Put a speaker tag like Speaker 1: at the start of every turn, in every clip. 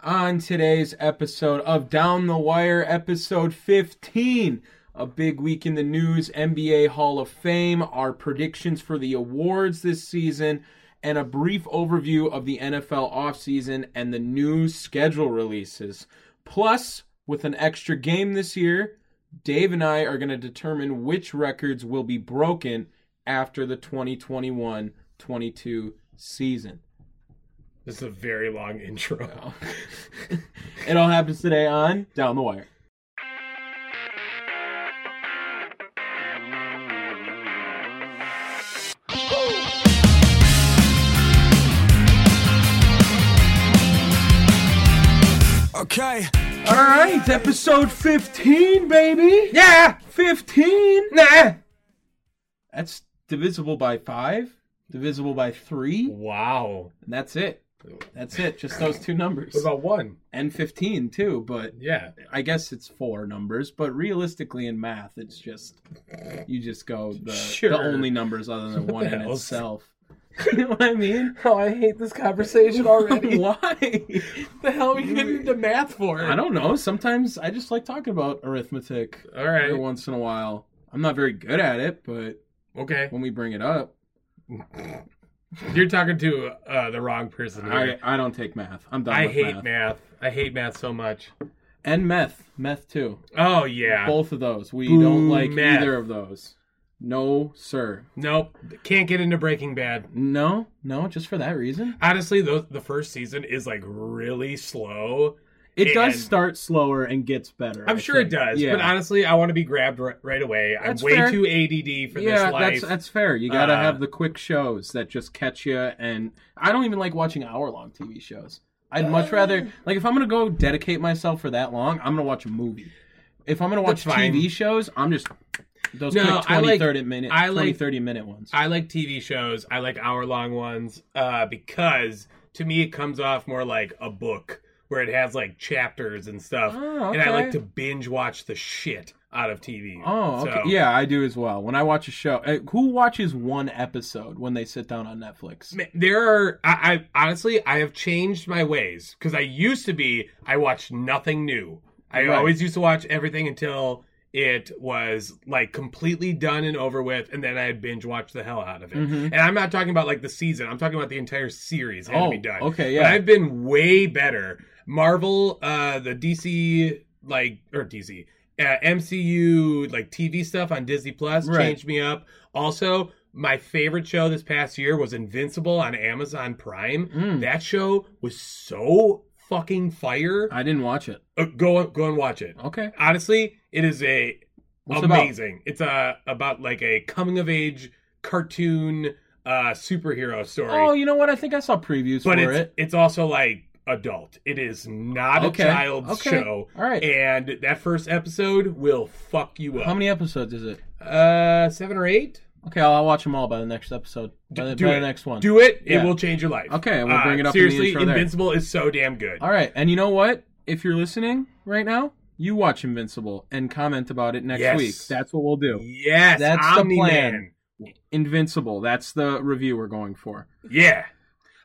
Speaker 1: on today's episode of Down the Wire, episode 15. A big week in the news, NBA Hall of Fame, our predictions for the awards this season, and a brief overview of the NFL offseason and the new schedule releases. Plus, with an extra game this year, Dave and I are going to determine which records will be broken after the 2021 22 season.
Speaker 2: This is a very long intro.
Speaker 1: Oh. It all happens today on Down the Wire.
Speaker 3: Okay.
Speaker 1: All right, episode 15, baby.
Speaker 2: Yeah.
Speaker 1: 15.
Speaker 2: Nah.
Speaker 1: That's divisible by 5, divisible by 3, and
Speaker 2: Wow.
Speaker 1: that's it. That's it, just those two numbers.
Speaker 2: What about one?
Speaker 1: And 15 too, but
Speaker 2: Yeah.
Speaker 1: I guess it's four numbers, but realistically in math it's just you just go the,
Speaker 2: Sure.
Speaker 1: the only numbers other than one in
Speaker 2: else?
Speaker 1: itself. You know what I mean?
Speaker 2: Oh, I hate this conversation already.
Speaker 1: Why?
Speaker 2: the hell are we getting into math for?
Speaker 1: I don't know. Sometimes I just like talking about arithmetic
Speaker 2: All right.
Speaker 1: every once in a while. I'm not very good at it, but
Speaker 2: Okay.
Speaker 1: when we bring it up,
Speaker 2: You're talking to uh, the wrong person. Here.
Speaker 1: I, I don't take math. I'm done
Speaker 2: I
Speaker 1: with
Speaker 2: hate
Speaker 1: math.
Speaker 2: math. I hate math so much.
Speaker 1: And meth. Meth too.
Speaker 2: Oh yeah.
Speaker 1: Both of those. We
Speaker 2: Boo
Speaker 1: don't like
Speaker 2: meth.
Speaker 1: either of those. No, sir.
Speaker 2: Nope. Can't get into Breaking Bad.
Speaker 1: No, no, just for that reason.
Speaker 2: Honestly, the the first season is like really slow.
Speaker 1: It does
Speaker 2: And-
Speaker 1: start slower and gets better.
Speaker 2: I'm
Speaker 1: I
Speaker 2: sure it
Speaker 1: think.
Speaker 2: does,
Speaker 1: Yeah.
Speaker 2: but honestly, I want to be grabbed ri- right away.
Speaker 1: That's
Speaker 2: I'm way
Speaker 1: fair.
Speaker 2: too ADD for
Speaker 1: yeah,
Speaker 2: this life.
Speaker 1: that's that's fair. You gotta
Speaker 2: Uh,
Speaker 1: have the quick shows that just catch you. And I don't even like watching hour long TV shows. I'd much rather like if I'm gonna go dedicate myself for that long, I'm gonna watch a movie. If I'm gonna watch
Speaker 2: That's fine.
Speaker 1: TV shows, I'm just those
Speaker 2: No,
Speaker 1: quick
Speaker 2: I
Speaker 1: 20,
Speaker 2: like-
Speaker 1: 30 minute,
Speaker 2: I
Speaker 1: 20,
Speaker 2: like-
Speaker 1: 30 minute ones.
Speaker 2: I like TV shows. I like hour long ones uh, because to me it comes off more like a book where it has like chapters and stuff.
Speaker 1: Oh,
Speaker 2: And I like
Speaker 1: okay.
Speaker 2: to binge watch the shit out of TV.
Speaker 1: oh, okay.
Speaker 2: So,
Speaker 1: yeah, I do as well. When I watch a show, uh, who watches one episode when they sit down on Netflix?
Speaker 2: ma- There are, I, I honestly, I have changed my ways because I used to be, I watched nothing new. I
Speaker 1: Right.
Speaker 2: always used to watch everything until it was like completely done and over with, and then I had binge watched the hell out
Speaker 1: Mm-hmm.
Speaker 2: of it. And I'm not talking about like the season, I'm talking about the entire series had
Speaker 1: Oh,
Speaker 2: to be done.
Speaker 1: okay,
Speaker 2: But
Speaker 1: yeah.
Speaker 2: I've been way better. Marvel, uh, the DC, like, or DC. Uh, MCU like TV stuff on Disney Plus
Speaker 1: Right.
Speaker 2: changed me up. Also, my favorite show this past year was Invincible on Amazon Prime.
Speaker 1: Mm. Hmm.
Speaker 2: That show was so fucking fire.
Speaker 1: I didn't watch it.
Speaker 2: Uh, go go and watch it.
Speaker 1: Okay.
Speaker 2: Honestly, it is a
Speaker 1: What's it about?
Speaker 2: amazing. It's a about like a coming of age cartoon uh superhero story.
Speaker 1: Oh, you know what? I think I saw previews
Speaker 2: but
Speaker 1: for
Speaker 2: it's
Speaker 1: it.
Speaker 2: it's also like adult. It is not
Speaker 1: Okay.
Speaker 2: a child's
Speaker 1: Okay.
Speaker 2: show.
Speaker 1: All right.
Speaker 2: And that first episode will fuck you up.
Speaker 1: How many episodes is it?
Speaker 2: Uh, seven or eight.
Speaker 1: Okay, I'll, I'll watch them all by the next episode. By the,
Speaker 2: do
Speaker 1: by
Speaker 2: it.
Speaker 1: the next one.
Speaker 2: Do it.
Speaker 1: Yeah.
Speaker 2: It will change your life. Uh,
Speaker 1: Okay, and we'll bring it up in the
Speaker 2: Seriously,
Speaker 1: intro there.
Speaker 2: Invincible is so damn good.
Speaker 1: All right, and you know what? If you're listening right now, You watch Invincible and comment about it next
Speaker 2: Yes.
Speaker 1: week. That's what we'll do.
Speaker 2: Yes,
Speaker 1: That's the
Speaker 2: Omni-Man.
Speaker 1: plan. Invincible. That's the review we're going for.
Speaker 2: Yeah.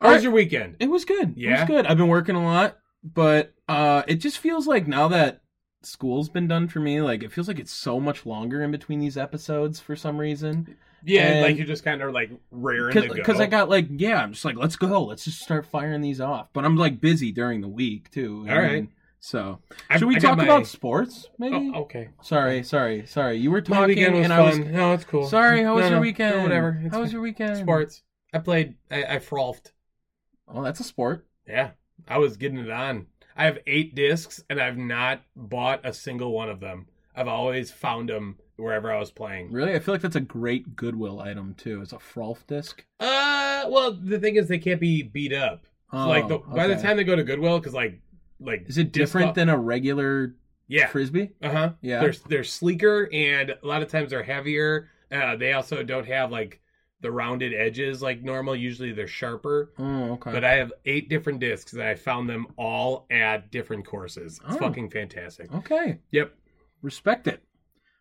Speaker 2: How
Speaker 1: All
Speaker 2: was
Speaker 1: right.
Speaker 2: your weekend?
Speaker 1: It was good. It
Speaker 2: Yeah?
Speaker 1: was good. I've been working a lot, but uh it just feels like now that school's been done for me, like it feels like it's so much longer in between these episodes for some reason.
Speaker 2: Yeah,
Speaker 1: And-
Speaker 2: like you're just kind of like raring to go.
Speaker 1: Because I got like, yeah, I'm just like, let's go, let's just start firing these off. But I'm like busy during the week too.
Speaker 2: All right.
Speaker 1: And So
Speaker 2: I-
Speaker 1: should we
Speaker 2: I got
Speaker 1: talk
Speaker 2: my-
Speaker 1: about sports? Maybe.
Speaker 2: Oh, okay.
Speaker 1: Sorry, sorry, sorry. You were talking,
Speaker 2: My weekend was
Speaker 1: and
Speaker 2: fun.
Speaker 1: I was
Speaker 2: no, it's cool.
Speaker 1: sorry. How was
Speaker 2: No,
Speaker 1: your
Speaker 2: no,
Speaker 1: weekend?
Speaker 2: no, whatever.
Speaker 1: How was your weekend?
Speaker 2: sports? I played. I, I frolfed.
Speaker 1: Oh, that's a sport.
Speaker 2: Yeah, I was getting it on. I have eight discs, and I've not bought a single one of them. I've always found them wherever I was playing.
Speaker 1: Really, I feel like that's a great Goodwill item too. It's a Frolf disc.
Speaker 2: Uh, well, the thing is, they can't be beat up. So,
Speaker 1: Oh,
Speaker 2: like the, by the
Speaker 1: okay.
Speaker 2: time they go to Goodwill, because like, like
Speaker 1: is it
Speaker 2: disc
Speaker 1: different
Speaker 2: golf-
Speaker 1: than a regular
Speaker 2: yeah?
Speaker 1: frisbee?
Speaker 2: Uh huh.
Speaker 1: Yeah.
Speaker 2: They're they're sleeker, and a lot of times they're heavier. Uh, they also don't have like the rounded edges like normal. Usually they're sharper.
Speaker 1: Oh, okay.
Speaker 2: But I have eight different discs, and I found them all at different courses. It's
Speaker 1: Oh.
Speaker 2: fucking fantastic.
Speaker 1: okay,
Speaker 2: Yep.
Speaker 1: respect it.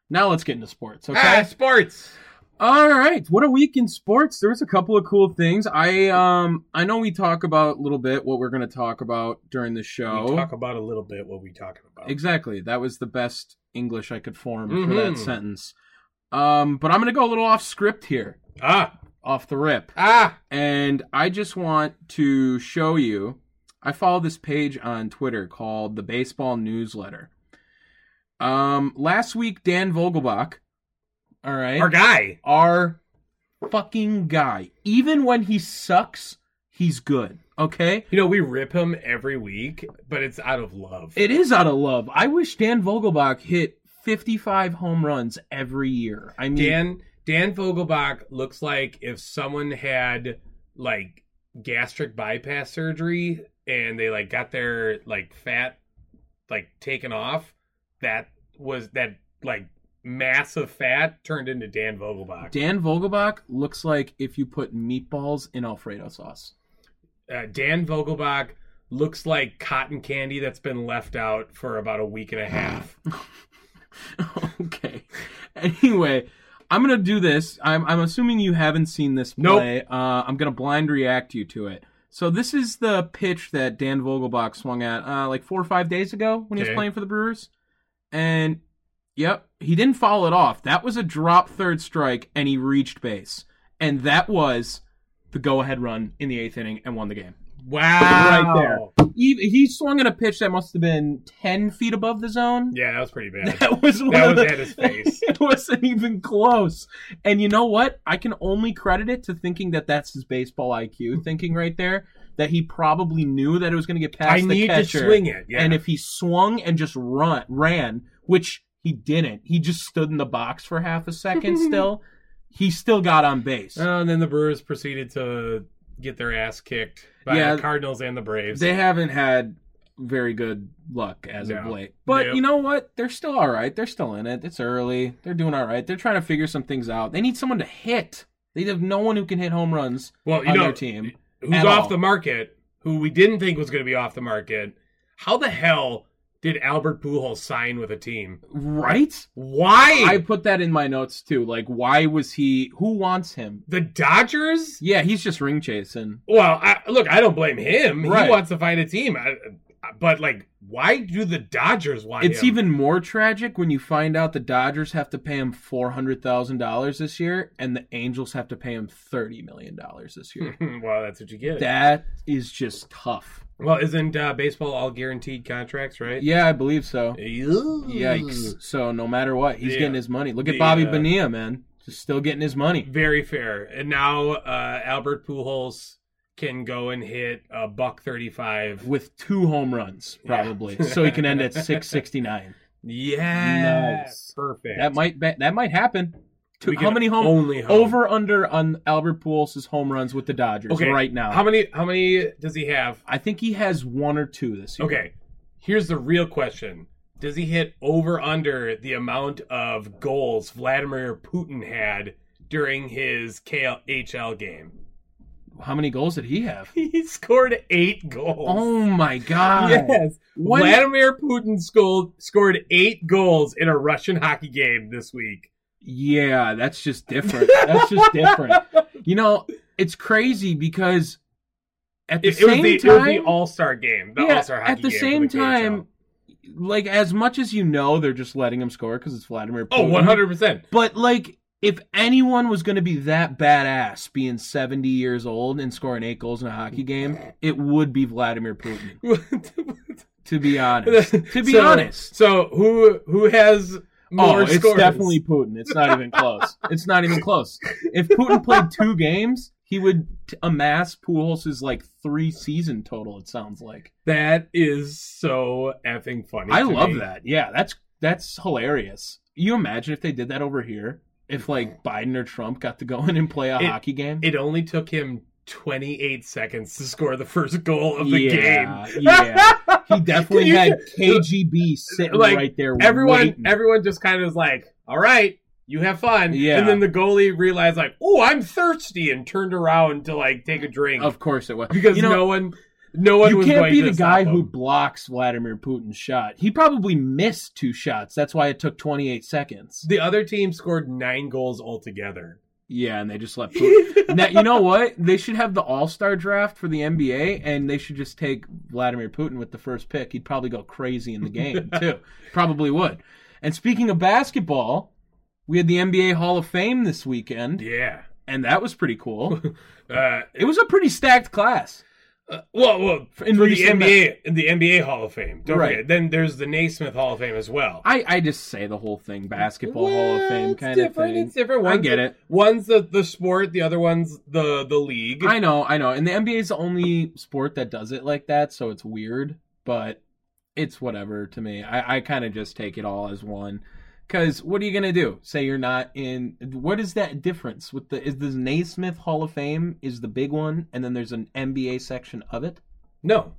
Speaker 1: Now let's get into sports. Okay.
Speaker 2: Ah, sports.
Speaker 1: All right, what a week in sports. There was a couple of cool things. I um I know we talk about a little bit what we're going to talk about during the show.
Speaker 2: We talk about a little bit what we talking about.
Speaker 1: exactly. That was the best English I could form for
Speaker 2: Mhm.
Speaker 1: that sentence. Um but I'm going to go a little off script here,
Speaker 2: Ah,
Speaker 1: off the rip.
Speaker 2: ah.
Speaker 1: And I just want to show you I follow this page on Twitter called The Baseball Newsletter. Um last week Dan Vogelbach, all right?
Speaker 2: Our guy.
Speaker 1: our fucking guy. Even when he sucks, he's good. Okay?
Speaker 2: You know we rip him every week, but it's out of love.
Speaker 1: It is out of love. I wish Dan Vogelbach hit 55 home runs every year. I mean,
Speaker 2: Dan Dan Vogelbach looks like if someone had like gastric bypass surgery and they like got their like fat like taken off. That was that like massive fat turned into Dan Vogelbach.
Speaker 1: Dan Vogelbach looks like if you put meatballs in Alfredo sauce.
Speaker 2: uh, Dan Vogelbach looks like cotton candy that's been left out for about a week and a half.
Speaker 1: okay. Anyway, I'm gonna do this. I'm I'm assuming you haven't seen this
Speaker 2: Nope.
Speaker 1: play. Uh, I'm gonna blind react you to it. So this is the pitch that Dan Vogelbach swung at uh, like four or five days ago when he
Speaker 2: Okay.
Speaker 1: was playing for the Brewers, and yep, he didn't foul it off. That was a drop third strike, and he reached base, and that was the go-ahead run in the eighth inning and won the game.
Speaker 2: Wow.
Speaker 1: there. He, he swung at a pitch that must have been ten feet above the zone.
Speaker 2: Yeah, that was pretty bad.
Speaker 1: That was one
Speaker 2: That
Speaker 1: of
Speaker 2: was
Speaker 1: the-
Speaker 2: at his face.
Speaker 1: it wasn't even close. And you know what? I can only credit it to thinking that that's his baseball IQ thinking right there. That he probably knew that it was going to get past
Speaker 2: I
Speaker 1: the
Speaker 2: need to
Speaker 1: catcher.
Speaker 2: swing it. Yeah.
Speaker 1: And if he swung and just run ran, which he didn't, he just stood in the box for half a second. still, he still got on base.
Speaker 2: Uh, and then the Brewers proceeded to get their ass kicked by
Speaker 1: Yeah.
Speaker 2: the Cardinals and the Braves.
Speaker 1: They haven't had very good luck as of
Speaker 2: No.
Speaker 1: late. But
Speaker 2: Nope.
Speaker 1: you know what? They're still all right. They're still in it. It's early. They're doing all right. They're trying to figure some things out. They need someone to hit. They have no one who can hit home runs
Speaker 2: well, you
Speaker 1: on
Speaker 2: know,
Speaker 1: their team.
Speaker 2: who's
Speaker 1: at
Speaker 2: off
Speaker 1: all.
Speaker 2: the market, who we didn't think was going to be off the market. How the hell did Albert Pujols sign with a team?
Speaker 1: Right?
Speaker 2: Why?
Speaker 1: I put that in my notes too. Like, why was he? Who wants him?
Speaker 2: the Dodgers?
Speaker 1: Yeah, he's just ring chasing.
Speaker 2: Well, I, look, I don't blame him.
Speaker 1: Right.
Speaker 2: He wants to find a team. I, but, like, why do the Dodgers want
Speaker 1: It's
Speaker 2: him?
Speaker 1: even more tragic when you find out the Dodgers have to pay him four hundred thousand dollars this year, and the Angels have to pay him thirty million dollars this
Speaker 2: Hmm.
Speaker 1: year.
Speaker 2: well, that's what you get.
Speaker 1: That is just tough.
Speaker 2: well, isn't uh, baseball all guaranteed contracts, right?
Speaker 1: Yeah, I believe so.
Speaker 2: Yikes.
Speaker 1: Yikes. So no matter what, he's
Speaker 2: Yeah.
Speaker 1: getting his money. Look at
Speaker 2: The,
Speaker 1: Bobby
Speaker 2: uh,
Speaker 1: Bonilla, man. Just still getting his money.
Speaker 2: Very fair. And now uh, Albert Pujols can go and hit a buck 35.
Speaker 1: With two home runs, probably. so he can end at six sixty nine.
Speaker 2: Yeah.
Speaker 1: Nice.
Speaker 2: Perfect.
Speaker 1: That might ba- that might happen. To,
Speaker 2: We
Speaker 1: how
Speaker 2: can
Speaker 1: many home
Speaker 2: only hope.
Speaker 1: over under on Albert Pujols' home runs with the Dodgers
Speaker 2: Okay.
Speaker 1: right now?
Speaker 2: How many how many does he have?
Speaker 1: I think he has one or two this year.
Speaker 2: Okay. Here's the real question. Does he hit over under the amount of goals Vladimir Putin had during his KHL game?
Speaker 1: How many goals did he have?
Speaker 2: He scored eight goals.
Speaker 1: Oh my god!
Speaker 2: Yes.
Speaker 1: When-
Speaker 2: Vladimir Putin scored, scored eight goals in a Russian hockey game this week.
Speaker 1: Yeah, that's just different. That's just different. You know, it's crazy because at the
Speaker 2: It, it was
Speaker 1: same
Speaker 2: the,
Speaker 1: time,
Speaker 2: All Star game. The
Speaker 1: yeah,
Speaker 2: All Star hockey
Speaker 1: at the
Speaker 2: game for
Speaker 1: same
Speaker 2: KHL.
Speaker 1: time, like as much as you know, they're just letting him score because it's Vladimir.
Speaker 2: Oh,
Speaker 1: Putin.
Speaker 2: 100%.
Speaker 1: But like, if anyone was going to be that badass, being seventy years old and scoring eight goals in a hockey game, it would be Vladimir Putin. To be honest, to be
Speaker 2: So-
Speaker 1: honest.
Speaker 2: So who who has
Speaker 1: Oh,
Speaker 2: more
Speaker 1: it's
Speaker 2: scores?
Speaker 1: definitely Putin. It's not even close. It's not even close. If Putin played two games, he would t- amass Pujols' like three season total. It sounds like.
Speaker 2: that is so effing funny.
Speaker 1: I
Speaker 2: to
Speaker 1: love
Speaker 2: me.
Speaker 1: that. Yeah, that's that's hilarious. You imagine if they did that over here? If like Biden or Trump got to go in and play a
Speaker 2: It-
Speaker 1: hockey game?
Speaker 2: It only took him 28 seconds to score the first goal of the
Speaker 1: Yeah,
Speaker 2: game.
Speaker 1: yeah. he definitely
Speaker 2: You
Speaker 1: had
Speaker 2: should-
Speaker 1: KGB sitting
Speaker 2: like,
Speaker 1: right there.
Speaker 2: everyone
Speaker 1: waiting.
Speaker 2: everyone just kind of was like, "All right, you have fun."
Speaker 1: Yeah.
Speaker 2: And then the goalie realized like, "Oh, I'm thirsty," and turned around to like take a drink
Speaker 1: of course it was
Speaker 2: because
Speaker 1: you know,
Speaker 2: no one no one
Speaker 1: you
Speaker 2: was
Speaker 1: can't
Speaker 2: going
Speaker 1: be
Speaker 2: to
Speaker 1: the
Speaker 2: stop
Speaker 1: guy who
Speaker 2: him.
Speaker 1: blocks Vladimir Putin's shot. He probably missed two shots. That's why it took 28 seconds.
Speaker 2: the other team scored 9 goals altogether.
Speaker 1: Yeah, and they just left Putin. now, you know what? They should have the All Star draft for the NBA, and they should just take Vladimir Putin with the first pick. He'd probably go crazy in the game, too. Probably would. And speaking of basketball, we had the NBA Hall of Fame this weekend,
Speaker 2: Yeah.
Speaker 1: and that was pretty cool.
Speaker 2: Uh,
Speaker 1: it was a pretty stacked class.
Speaker 2: uh, well, well,
Speaker 1: In
Speaker 2: in for the
Speaker 1: recent-
Speaker 2: NBA, in the NBA Hall of Fame. Don't
Speaker 1: Right.
Speaker 2: forget. Then there's the Naismith Hall of Fame as well.
Speaker 1: I, I just say the whole thing basketball Hall of
Speaker 2: Well,
Speaker 1: Fame
Speaker 2: it's
Speaker 1: kind of
Speaker 2: different,
Speaker 1: thing.
Speaker 2: It's different.
Speaker 1: I
Speaker 2: One's-
Speaker 1: get it.
Speaker 2: One's the, the sport, the other one's the the league.
Speaker 1: I know, I know. And the NBA is the only sport that does it like that, so it's weird, but it's whatever to me. I, I kind of just take it all as one. Because what are you going to do? Say you're not in. What is that difference with the. Is the Naismith Hall of Fame is the big one, and then there's an NBA section of it?
Speaker 2: No.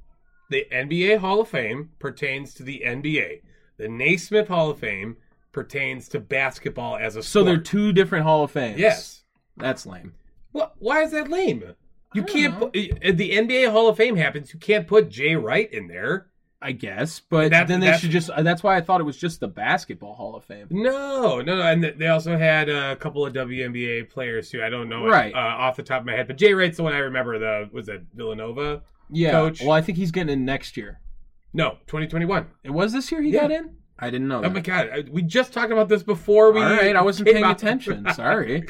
Speaker 2: The NBA Hall of Fame pertains to the NBA. The Naismith Hall of Fame pertains to basketball as a
Speaker 1: So
Speaker 2: sport.
Speaker 1: they're two different Hall of Fames.
Speaker 2: Yes.
Speaker 1: That's lame.
Speaker 2: Well, why is that lame? You
Speaker 1: I don't
Speaker 2: can't
Speaker 1: know.
Speaker 2: put, uh, the NBA Hall of Fame happens. You can't put Jay Wright in there.
Speaker 1: I guess, but
Speaker 2: That-
Speaker 1: then they
Speaker 2: that's-
Speaker 1: should just. uh, That's why I thought it was just the Basketball Hall of Fame.
Speaker 2: No, no, no. And th- they also had uh, a couple of WNBA players too. I don't know it,
Speaker 1: Right.
Speaker 2: uh, off the top of my head, but Jay Wright's the one I remember. The was that Villanova?
Speaker 1: Yeah.
Speaker 2: Coach.
Speaker 1: Well, I think he's getting in next year.
Speaker 2: No, 2021.
Speaker 1: It was this year he
Speaker 2: Yeah.
Speaker 1: got in? I didn't know
Speaker 2: Oh
Speaker 1: that.
Speaker 2: my god, I- we just talked about this before we.
Speaker 1: All right, I wasn't
Speaker 2: came
Speaker 1: paying
Speaker 2: out.
Speaker 1: attention. Sorry.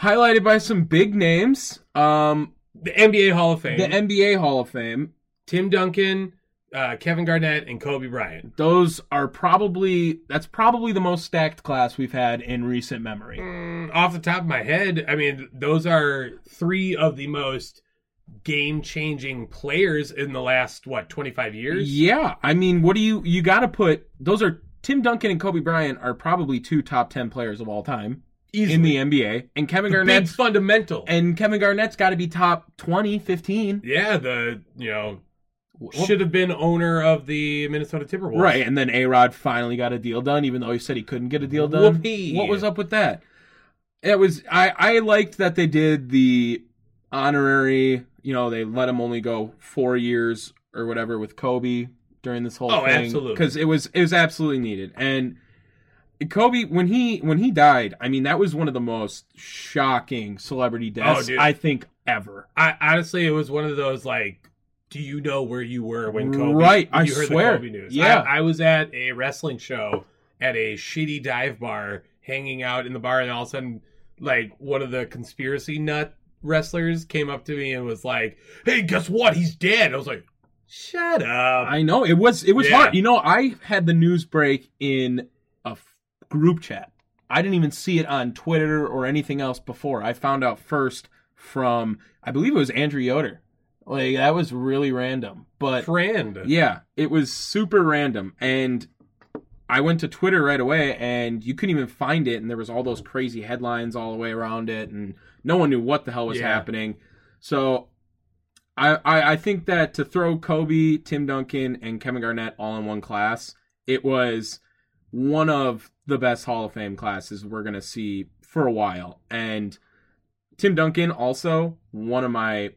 Speaker 1: Highlighted by some big names. Um,
Speaker 2: The NBA Hall of Fame.
Speaker 1: the NBA Hall of Fame.
Speaker 2: Tim Duncan, uh, Kevin Garnett, and Kobe Bryant.
Speaker 1: Those are probably that's probably the most stacked class we've had in recent memory.
Speaker 2: Mm, off the top of my head, I mean, those are three of the most game-changing players in the last what 25 years.
Speaker 1: Yeah, I mean, what do you you got to put? Those are Tim Duncan and Kobe Bryant are probably two top ten players of all time
Speaker 2: Easily.
Speaker 1: in the NBA, and Kevin
Speaker 2: The big
Speaker 1: Garnett's
Speaker 2: fundamental.
Speaker 1: and Kevin Garnett's got to be top 20, 15.
Speaker 2: yeah, the you know should have been owner of the Minnesota Timberwolves.
Speaker 1: Right, and then A Rod finally got a deal done, even though he said he couldn't get a deal done.
Speaker 2: Whoopee.
Speaker 1: What was up with that? It was I I liked that they did the honorary. You know, they let him only go four years or whatever with Kobe during this whole
Speaker 2: Oh,
Speaker 1: thing.
Speaker 2: absolutely.
Speaker 1: because it was it was absolutely needed. And Kobe, when he when he died, I mean that was one of the most shocking celebrity deaths
Speaker 2: Oh, dude.
Speaker 1: I think ever.
Speaker 2: I honestly, it was one of those like, do you know where you were when Kobe?
Speaker 1: Right,
Speaker 2: when
Speaker 1: I
Speaker 2: you heard
Speaker 1: swear.
Speaker 2: The Kobe news.
Speaker 1: Yeah.
Speaker 2: I, I was at a wrestling show at a shitty dive bar, hanging out in the bar, and all of a sudden, like one of the conspiracy nut wrestlers came up to me and was like, "Hey, guess what? He's dead." I was like, "Shut up."
Speaker 1: I know it was it was
Speaker 2: Um, Yeah.
Speaker 1: hard. You know, I had the news break in a f- group chat. I didn't even see it on Twitter or anything else before. I found out first from I believe it was Andrew Yoder. Like that was really random, but
Speaker 2: friend.
Speaker 1: yeah, it was super random and I went to Twitter right away and you couldn't even find it and there was all those crazy headlines all the way around it and no one knew what the hell was
Speaker 2: Yeah.
Speaker 1: happening. So I, I I think that to throw Kobe, Tim Duncan and Kevin Garnett all in one class, it was one of the best Hall of Fame classes we're going to see for a while and Tim Duncan, also one of my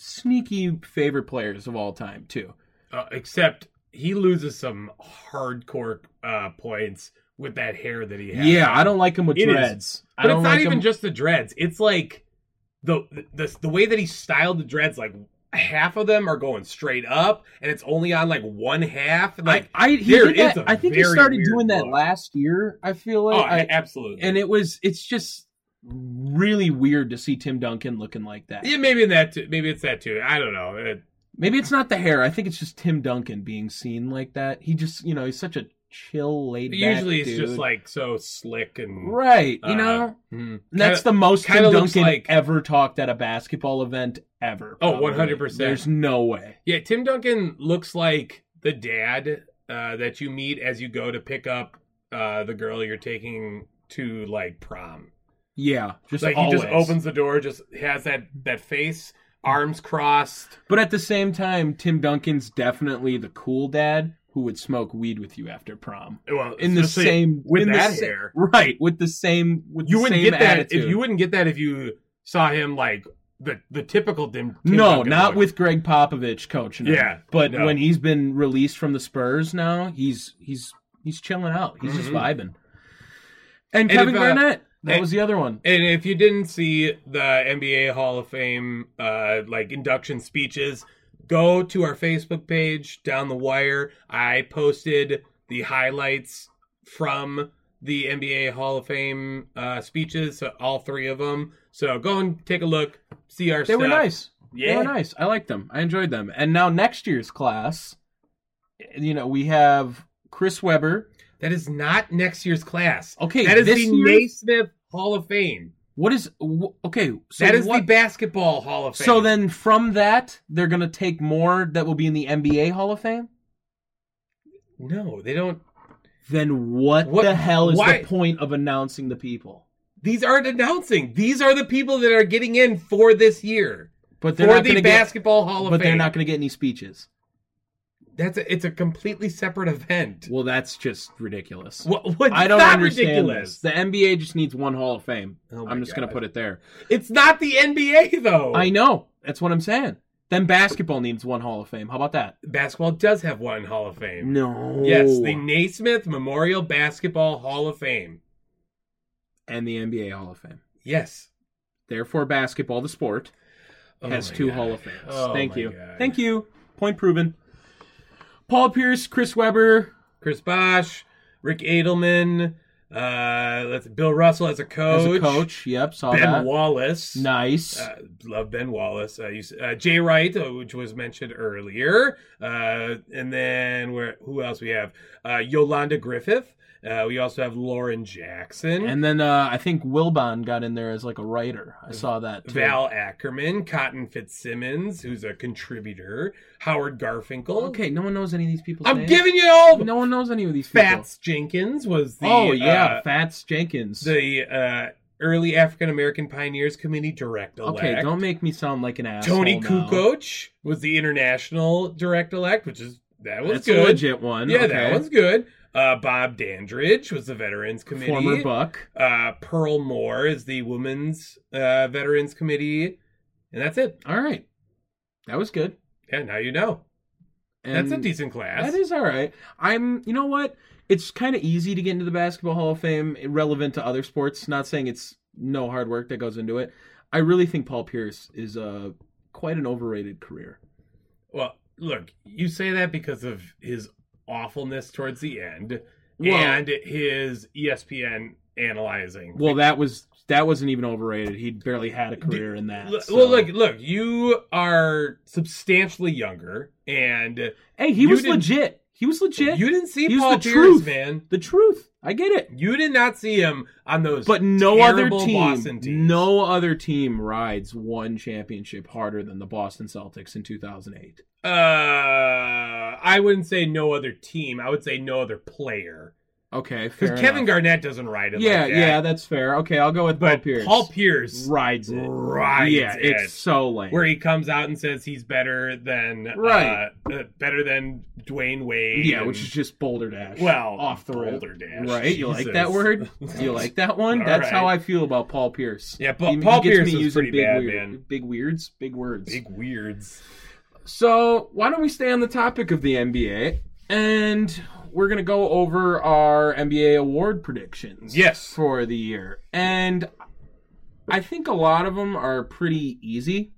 Speaker 1: sneaky favorite players of all time, too.
Speaker 2: Uh, except he loses some hardcore uh, points with that hair that he
Speaker 1: Yeah,
Speaker 2: has.
Speaker 1: I don't like him with
Speaker 2: It is.
Speaker 1: dreads. I
Speaker 2: But
Speaker 1: don't
Speaker 2: it's not
Speaker 1: like
Speaker 2: even
Speaker 1: him-
Speaker 2: just the dreads. It's like the, the the way that he styled the dreads. Like half of them are going straight up, and it's only on like one half. Like
Speaker 1: I, I, he
Speaker 2: there
Speaker 1: did
Speaker 2: is
Speaker 1: that-
Speaker 2: a
Speaker 1: I think he
Speaker 2: very
Speaker 1: started
Speaker 2: weird
Speaker 1: doing that
Speaker 2: look.
Speaker 1: last year. I feel like,
Speaker 2: oh,
Speaker 1: I-
Speaker 2: absolutely.
Speaker 1: and it was it's just really weird to see Tim Duncan looking like that.
Speaker 2: yeah, maybe that. Too, maybe it's that too. I don't know. It-
Speaker 1: Maybe it's not the hair. I think it's just Tim Duncan being seen like that. He just, you know, he's such a chill, laid back.
Speaker 2: usually it's just
Speaker 1: dude.
Speaker 2: like so slick and
Speaker 1: right. You
Speaker 2: uh,
Speaker 1: know,
Speaker 2: mhm.
Speaker 1: that's
Speaker 2: Kinda-
Speaker 1: the most Tim
Speaker 2: kinda looks
Speaker 1: Duncan
Speaker 2: like-
Speaker 1: ever talked at a basketball event ever.
Speaker 2: Oh,
Speaker 1: probably.
Speaker 2: 100%.
Speaker 1: There's no way.
Speaker 2: yeah. Tim Duncan looks like the dad uh, that you meet as you go to pick up uh, the girl you're taking to like prom.
Speaker 1: Yeah, just
Speaker 2: like he just
Speaker 1: always.
Speaker 2: opens the door, just has that that face, arms crossed.
Speaker 1: But at the same time, Tim Duncan's definitely the cool dad who would smoke weed with you after prom.
Speaker 2: Well,
Speaker 1: In the
Speaker 2: especially
Speaker 1: same
Speaker 2: with
Speaker 1: in the
Speaker 2: that
Speaker 1: sa-
Speaker 2: hair,
Speaker 1: right? With the same with
Speaker 2: you
Speaker 1: the
Speaker 2: wouldn't
Speaker 1: same
Speaker 2: get that
Speaker 1: attitude.
Speaker 2: if you wouldn't get that if you saw him like the the typical Tim. Tim
Speaker 1: No,
Speaker 2: Duncan
Speaker 1: not
Speaker 2: look.
Speaker 1: with Greg Popovich coaching. him.
Speaker 2: Yeah,
Speaker 1: but
Speaker 2: no.
Speaker 1: when he's been released from the Spurs now, he's he's he's chilling out. He's just
Speaker 2: Mhm.
Speaker 1: vibing. And,
Speaker 2: And
Speaker 1: Kevin
Speaker 2: if, uh,
Speaker 1: Garnett, that
Speaker 2: and-
Speaker 1: was the other one.
Speaker 2: And if you didn't see the NBA Hall of Fame uh, like induction speeches, go to our Facebook page down the wire. I posted the highlights from the NBA Hall of Fame uh, speeches, so all three of them. So go and take a look, see our
Speaker 1: They
Speaker 2: stuff.
Speaker 1: were nice. They
Speaker 2: Yeah.
Speaker 1: were nice. I liked them. I enjoyed them. And now next year's class, you know, we have Chris Webber.
Speaker 2: That is not next year's class.
Speaker 1: Okay,
Speaker 2: that is
Speaker 1: this
Speaker 2: the
Speaker 1: year-
Speaker 2: Naismith Hall of Fame.
Speaker 1: What is wh- okay? So
Speaker 2: that is
Speaker 1: what,
Speaker 2: the basketball Hall of Fame.
Speaker 1: So then from that, they're gonna take more that will be in the NBA Hall of Fame.
Speaker 2: no, they don't.
Speaker 1: Then what,
Speaker 2: What-
Speaker 1: the hell is
Speaker 2: why-
Speaker 1: the point of announcing the people?
Speaker 2: These aren't announcing. These are the people that are getting in for this year
Speaker 1: But they're
Speaker 2: for
Speaker 1: not
Speaker 2: the
Speaker 1: gonna get-
Speaker 2: basketball Hall of
Speaker 1: but
Speaker 2: Fame.
Speaker 1: they're not going to get any speeches.
Speaker 2: That's a, it's a completely separate event.
Speaker 1: Well, that's just ridiculous.
Speaker 2: What, what,
Speaker 1: I don't
Speaker 2: not
Speaker 1: understand
Speaker 2: ridiculous.
Speaker 1: this. The NBA just needs one Hall of Fame.
Speaker 2: Oh my
Speaker 1: I'm just going to
Speaker 2: God. Oh.
Speaker 1: put it there.
Speaker 2: It's not the NBA though.
Speaker 1: I know. That's what I'm saying. Then basketball needs one Hall of Fame. How about that?
Speaker 2: Basketball does have one Hall of Fame.
Speaker 1: No.
Speaker 2: Yes, the Naismith Memorial Basketball Hall of Fame.
Speaker 1: and the NBA Hall of Fame.
Speaker 2: Yes.
Speaker 1: Therefore, basketball, the sport,
Speaker 2: Oh
Speaker 1: has
Speaker 2: my
Speaker 1: two
Speaker 2: God.
Speaker 1: Hall of Fames.
Speaker 2: Oh
Speaker 1: Thank
Speaker 2: my
Speaker 1: you.
Speaker 2: God.
Speaker 1: Thank you. Point proven. Paul Pierce, Chris Webber
Speaker 2: Chris Bosch, Rick Edelman, uh, let's Bill Russell as a coach,
Speaker 1: as a coach. Yep, saw
Speaker 2: Ben
Speaker 1: that.
Speaker 2: Wallace.
Speaker 1: Nice.
Speaker 2: Uh, love Ben Wallace. Uh, you, s- uh, Jay Wright, uh, which was mentioned earlier, uh, and then where who else we have? Uh, Yolanda Griffith. Uh, we also have Lauren Jackson,
Speaker 1: and then uh, I think Wilbon got in there as like a writer. I saw that. Too.
Speaker 2: Val Ackerman, Cotton Fitzsimmons, who's a contributor, Howard Garfinkel.
Speaker 1: Okay, no one knows any of these people.
Speaker 2: I'm giving you all.
Speaker 1: No one knows any of these people.
Speaker 2: Fats Jenkins was the
Speaker 1: oh yeah,
Speaker 2: uh,
Speaker 1: Fats Jenkins.
Speaker 2: the uh, early African American Pioneers Committee direct elect.
Speaker 1: okay, don't make me sound like an asshole.
Speaker 2: Tony
Speaker 1: now.
Speaker 2: Kukoc was the international direct elect, which is that was
Speaker 1: That's
Speaker 2: good.
Speaker 1: a legit one.
Speaker 2: Yeah,
Speaker 1: okay.
Speaker 2: that one's good. Uh, Bob Dandridge was the Veterans Committee.
Speaker 1: Former Buck.
Speaker 2: Uh, Pearl Moore is the Women's uh, Veterans Committee, and that's it.
Speaker 1: All right, that was good.
Speaker 2: Yeah, now you know
Speaker 1: And
Speaker 2: that's a decent class.
Speaker 1: That is all right. I'm. You know what? It's kind of easy to get into the Basketball Hall of Fame, relevant to other sports. Not saying it's no hard work that goes into it. I really think Paul Pierce is uh, quite an overrated career.
Speaker 2: Well, look, you say that because of his awfulness towards the end
Speaker 1: Well-
Speaker 2: and his E ESPN analyzing.
Speaker 1: Well, that was that wasn't even overrated. He barely had a career in that.
Speaker 2: Look-
Speaker 1: so-
Speaker 2: Well, look, look, you are substantially younger, and
Speaker 1: hey, he
Speaker 2: you
Speaker 1: was
Speaker 2: didn't-
Speaker 1: legit. He was legit.
Speaker 2: you didn't see
Speaker 1: He was
Speaker 2: Paul
Speaker 1: the
Speaker 2: Pierce,
Speaker 1: truth.
Speaker 2: man.
Speaker 1: the truth. I get it.
Speaker 2: You did not see him on those,
Speaker 1: But no other
Speaker 2: terrible
Speaker 1: team,
Speaker 2: Boston teams.
Speaker 1: no other team rides one championship harder than the Boston Celtics in 2008.
Speaker 2: Uh, I wouldn't say no other team. I would say no other player.
Speaker 1: Okay, fair
Speaker 2: Because Kevin
Speaker 1: enough.
Speaker 2: Garnett doesn't ride it.
Speaker 1: yeah,
Speaker 2: like that.
Speaker 1: yeah, that's fair. Okay, I'll go with
Speaker 2: But
Speaker 1: Paul Pierce.
Speaker 2: Paul Pierce
Speaker 1: rides it.
Speaker 2: rides
Speaker 1: yeah,
Speaker 2: it.
Speaker 1: it's so lame.
Speaker 2: where he comes out and says he's better than
Speaker 1: Right.
Speaker 2: uh, uh, better than Dwayne Wade.
Speaker 1: yeah,
Speaker 2: and-
Speaker 1: which is just Boulder Dash.
Speaker 2: Well,
Speaker 1: off the rip.
Speaker 2: Boulder Dash,
Speaker 1: Right? You like
Speaker 2: Jesus.
Speaker 1: that word? You like that one?
Speaker 2: All
Speaker 1: That's
Speaker 2: right.
Speaker 1: how I feel about Paul Pierce.
Speaker 2: Yeah, Pa- Paul
Speaker 1: gets
Speaker 2: Pierce
Speaker 1: me
Speaker 2: is
Speaker 1: using
Speaker 2: pretty
Speaker 1: big
Speaker 2: bad,
Speaker 1: weird-
Speaker 2: man.
Speaker 1: Big weirds, big words.
Speaker 2: big weirds.
Speaker 1: So, why don't we stay on the topic of the NBA and we're going to go over our NBA award predictions
Speaker 2: Yes.
Speaker 1: for the year. And I think a lot of them are pretty easy.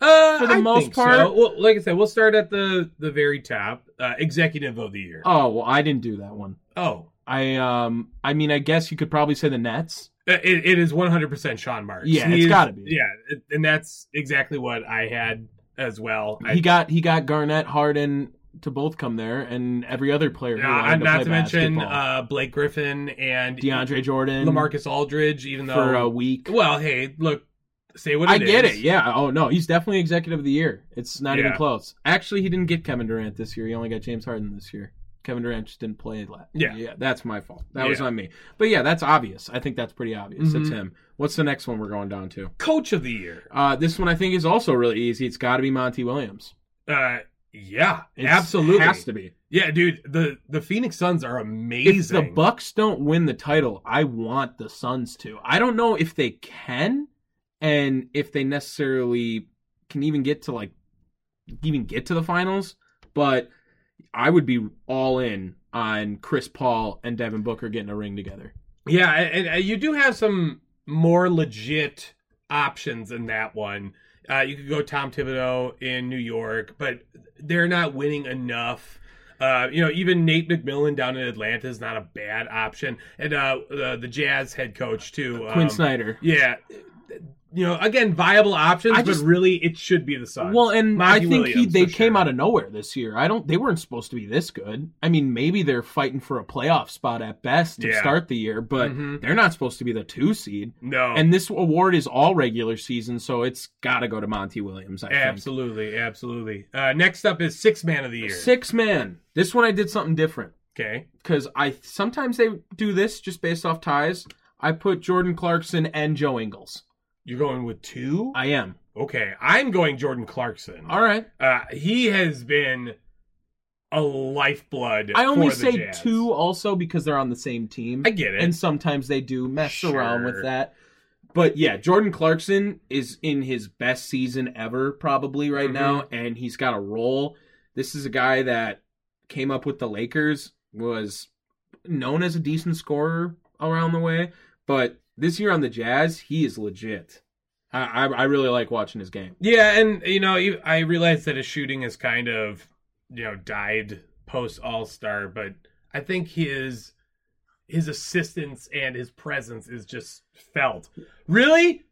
Speaker 2: Uh,
Speaker 1: For the
Speaker 2: I
Speaker 1: most
Speaker 2: think
Speaker 1: part-
Speaker 2: so. well, like I said, we'll start at the the very top. Uh, executive of the year.
Speaker 1: Oh, well, I didn't do that one.
Speaker 2: oh,
Speaker 1: I um I mean I guess you could probably say the Nets.
Speaker 2: Uh, It, it is 100% Sean Marks.
Speaker 1: Yeah,
Speaker 2: He
Speaker 1: it's
Speaker 2: is-
Speaker 1: gotta be.
Speaker 2: Yeah, it- and that's exactly what I had as well. I,
Speaker 1: He got he got Garnett, Harden to both come there and every other player who
Speaker 2: uh,
Speaker 1: wanted
Speaker 2: not
Speaker 1: to, play
Speaker 2: to mention
Speaker 1: basketball.
Speaker 2: uh, Blake Griffin and
Speaker 1: DeAndre Jordan
Speaker 2: Lamarcus Aldridge, even though.
Speaker 1: for a week.
Speaker 2: well, hey, look, say what
Speaker 1: I
Speaker 2: it
Speaker 1: get
Speaker 2: is.
Speaker 1: it. Yeah. Oh no, he's definitely executive of the year. It's not even
Speaker 2: Yeah.
Speaker 1: close. Actually, he didn't get Kevin Durant this year. He only got James Harden this year. Kevin Durant just didn't play. Last.
Speaker 2: Yeah.
Speaker 1: Yeah. That's my fault. That was
Speaker 2: Yeah.
Speaker 1: on me. But yeah, that's obvious. I think that's pretty obvious. It's
Speaker 2: Mhm.
Speaker 1: him. What's the next one we're going down to?
Speaker 2: Coach of the year.
Speaker 1: Uh, this one I think is also really easy. It's got to be Monty Williams.
Speaker 2: Uh, yeah,
Speaker 1: It's-
Speaker 2: absolutely.
Speaker 1: has to be.
Speaker 2: Yeah, dude, the, the Phoenix Suns are amazing.
Speaker 1: If the Bucks don't win the title, I want the Suns to. I don't know if they can, and if they necessarily can even get to like even get to the finals. But I would be all in on Chris Paul and Devin Booker getting a ring together.
Speaker 2: Yeah, and, and you do have some more legit options in that one. Uh, you could go Tom Thibodeau in New York, but they're not winning enough. Uh, you know, even Nate McMillan down in Atlanta is not a bad option, and uh, the, the Jazz head coach too, um,
Speaker 1: Uh, Quinn Snyder.
Speaker 2: Yeah, you know, again, viable options,
Speaker 1: I just-
Speaker 2: but really, it should be the Suns.
Speaker 1: Well, and I
Speaker 2: Monty
Speaker 1: think he
Speaker 2: Williams,
Speaker 1: they
Speaker 2: for
Speaker 1: came
Speaker 2: sure.
Speaker 1: out of nowhere this year. I don't they weren't supposed to be this good. I mean, maybe they're fighting for a playoff spot at best to
Speaker 2: Yeah.
Speaker 1: start the year, but
Speaker 2: Mhm.
Speaker 1: they're not supposed to be the 2 seed.
Speaker 2: no,
Speaker 1: And this award is all regular season, so it's got to go to Monty Williams, I
Speaker 2: absolutely, absolutely. Uh, next up is six man of the year.
Speaker 1: think. Six man. This one I did something different
Speaker 2: Okay,
Speaker 1: because I sometimes they do this just based off ties. I put Jordan Clarkson and Joe Ingles.
Speaker 2: you're going with two.
Speaker 1: I am.
Speaker 2: Okay, I'm going Jordan Clarkson.
Speaker 1: All right.
Speaker 2: Uh, he has been a lifeblood.
Speaker 1: I only
Speaker 2: for the
Speaker 1: say
Speaker 2: Jazz.
Speaker 1: two also because they're on the same team.
Speaker 2: I get it.
Speaker 1: And sometimes they do mess around with
Speaker 2: Sure.
Speaker 1: that. But yeah, Jordan Clarkson is in his best season ever, probably
Speaker 2: Mm-hmm.
Speaker 1: right now, and he's got a role. This is a guy that came up with the Lakers, was known as a decent scorer around the way, but this year on the Jazz, he is legit. I I, I really like watching his game.
Speaker 2: yeah, and you know, you- I realize that his shooting is kind of you know died post All Star, but I think his his assistance and his presence is just felt. Really,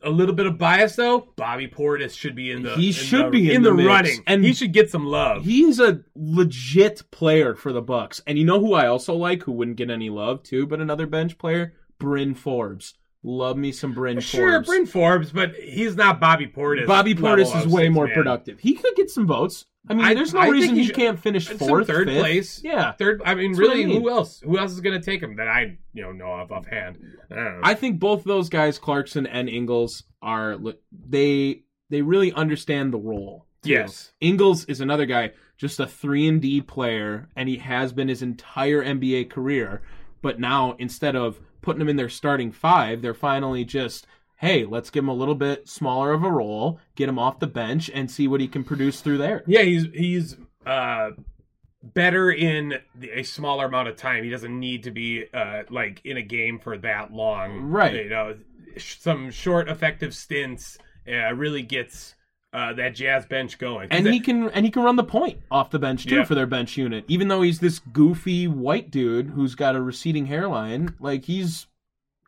Speaker 2: a little bit of bias though. Bobby Portis should be in the
Speaker 1: He
Speaker 2: in
Speaker 1: should
Speaker 2: the-
Speaker 1: be in
Speaker 2: in
Speaker 1: the
Speaker 2: the
Speaker 1: mix,
Speaker 2: running,
Speaker 1: and-
Speaker 2: and he should get some love.
Speaker 1: He is a legit player for the Bucks. And you know who I also like who wouldn't get any love too, but another bench player? Bryn Forbes. Love me some Bryn
Speaker 2: Sure,
Speaker 1: Forbes.
Speaker 2: Bryn Forbes, but he's not Bobby Portis.
Speaker 1: Bobby Portis
Speaker 2: level
Speaker 1: is
Speaker 2: of
Speaker 1: way
Speaker 2: six
Speaker 1: more
Speaker 2: man.
Speaker 1: productive. He could get some votes. I mean,
Speaker 2: I-
Speaker 1: there's no
Speaker 2: I think
Speaker 1: reason
Speaker 2: he
Speaker 1: he,
Speaker 2: should-
Speaker 1: can't finish
Speaker 2: Some
Speaker 1: fourth,
Speaker 2: third
Speaker 1: fifth.
Speaker 2: place.
Speaker 1: Yeah,
Speaker 2: Third. I mean,
Speaker 1: That's what I
Speaker 2: really,
Speaker 1: mean.
Speaker 2: who else? Who else is going to take him that I you know know of offhand? I don't know.
Speaker 1: I think both those guys, Clarkson and Ingles, are le- they they really understand the role. too.
Speaker 2: Yes.
Speaker 1: Ingles is another guy, just a three and D player, and he has been his entire NBA career. But now instead of putting him in their starting five, they're finally just hey, let's give him a little bit smaller of a role, get him off the bench, and see what he can produce through there.
Speaker 2: yeah, he's he's uh better in the, a smaller amount of time. He doesn't need to be uh like in a game for that long.
Speaker 1: Right.
Speaker 2: You know, sh- some short effective stints uh, really gets uh that jazz bench going. 'Cause
Speaker 1: and
Speaker 2: that-
Speaker 1: he can and he can run the point off the bench too
Speaker 2: Yeah.
Speaker 1: for their bench unit. Even though he's this goofy white dude who's got a receding hairline, like he's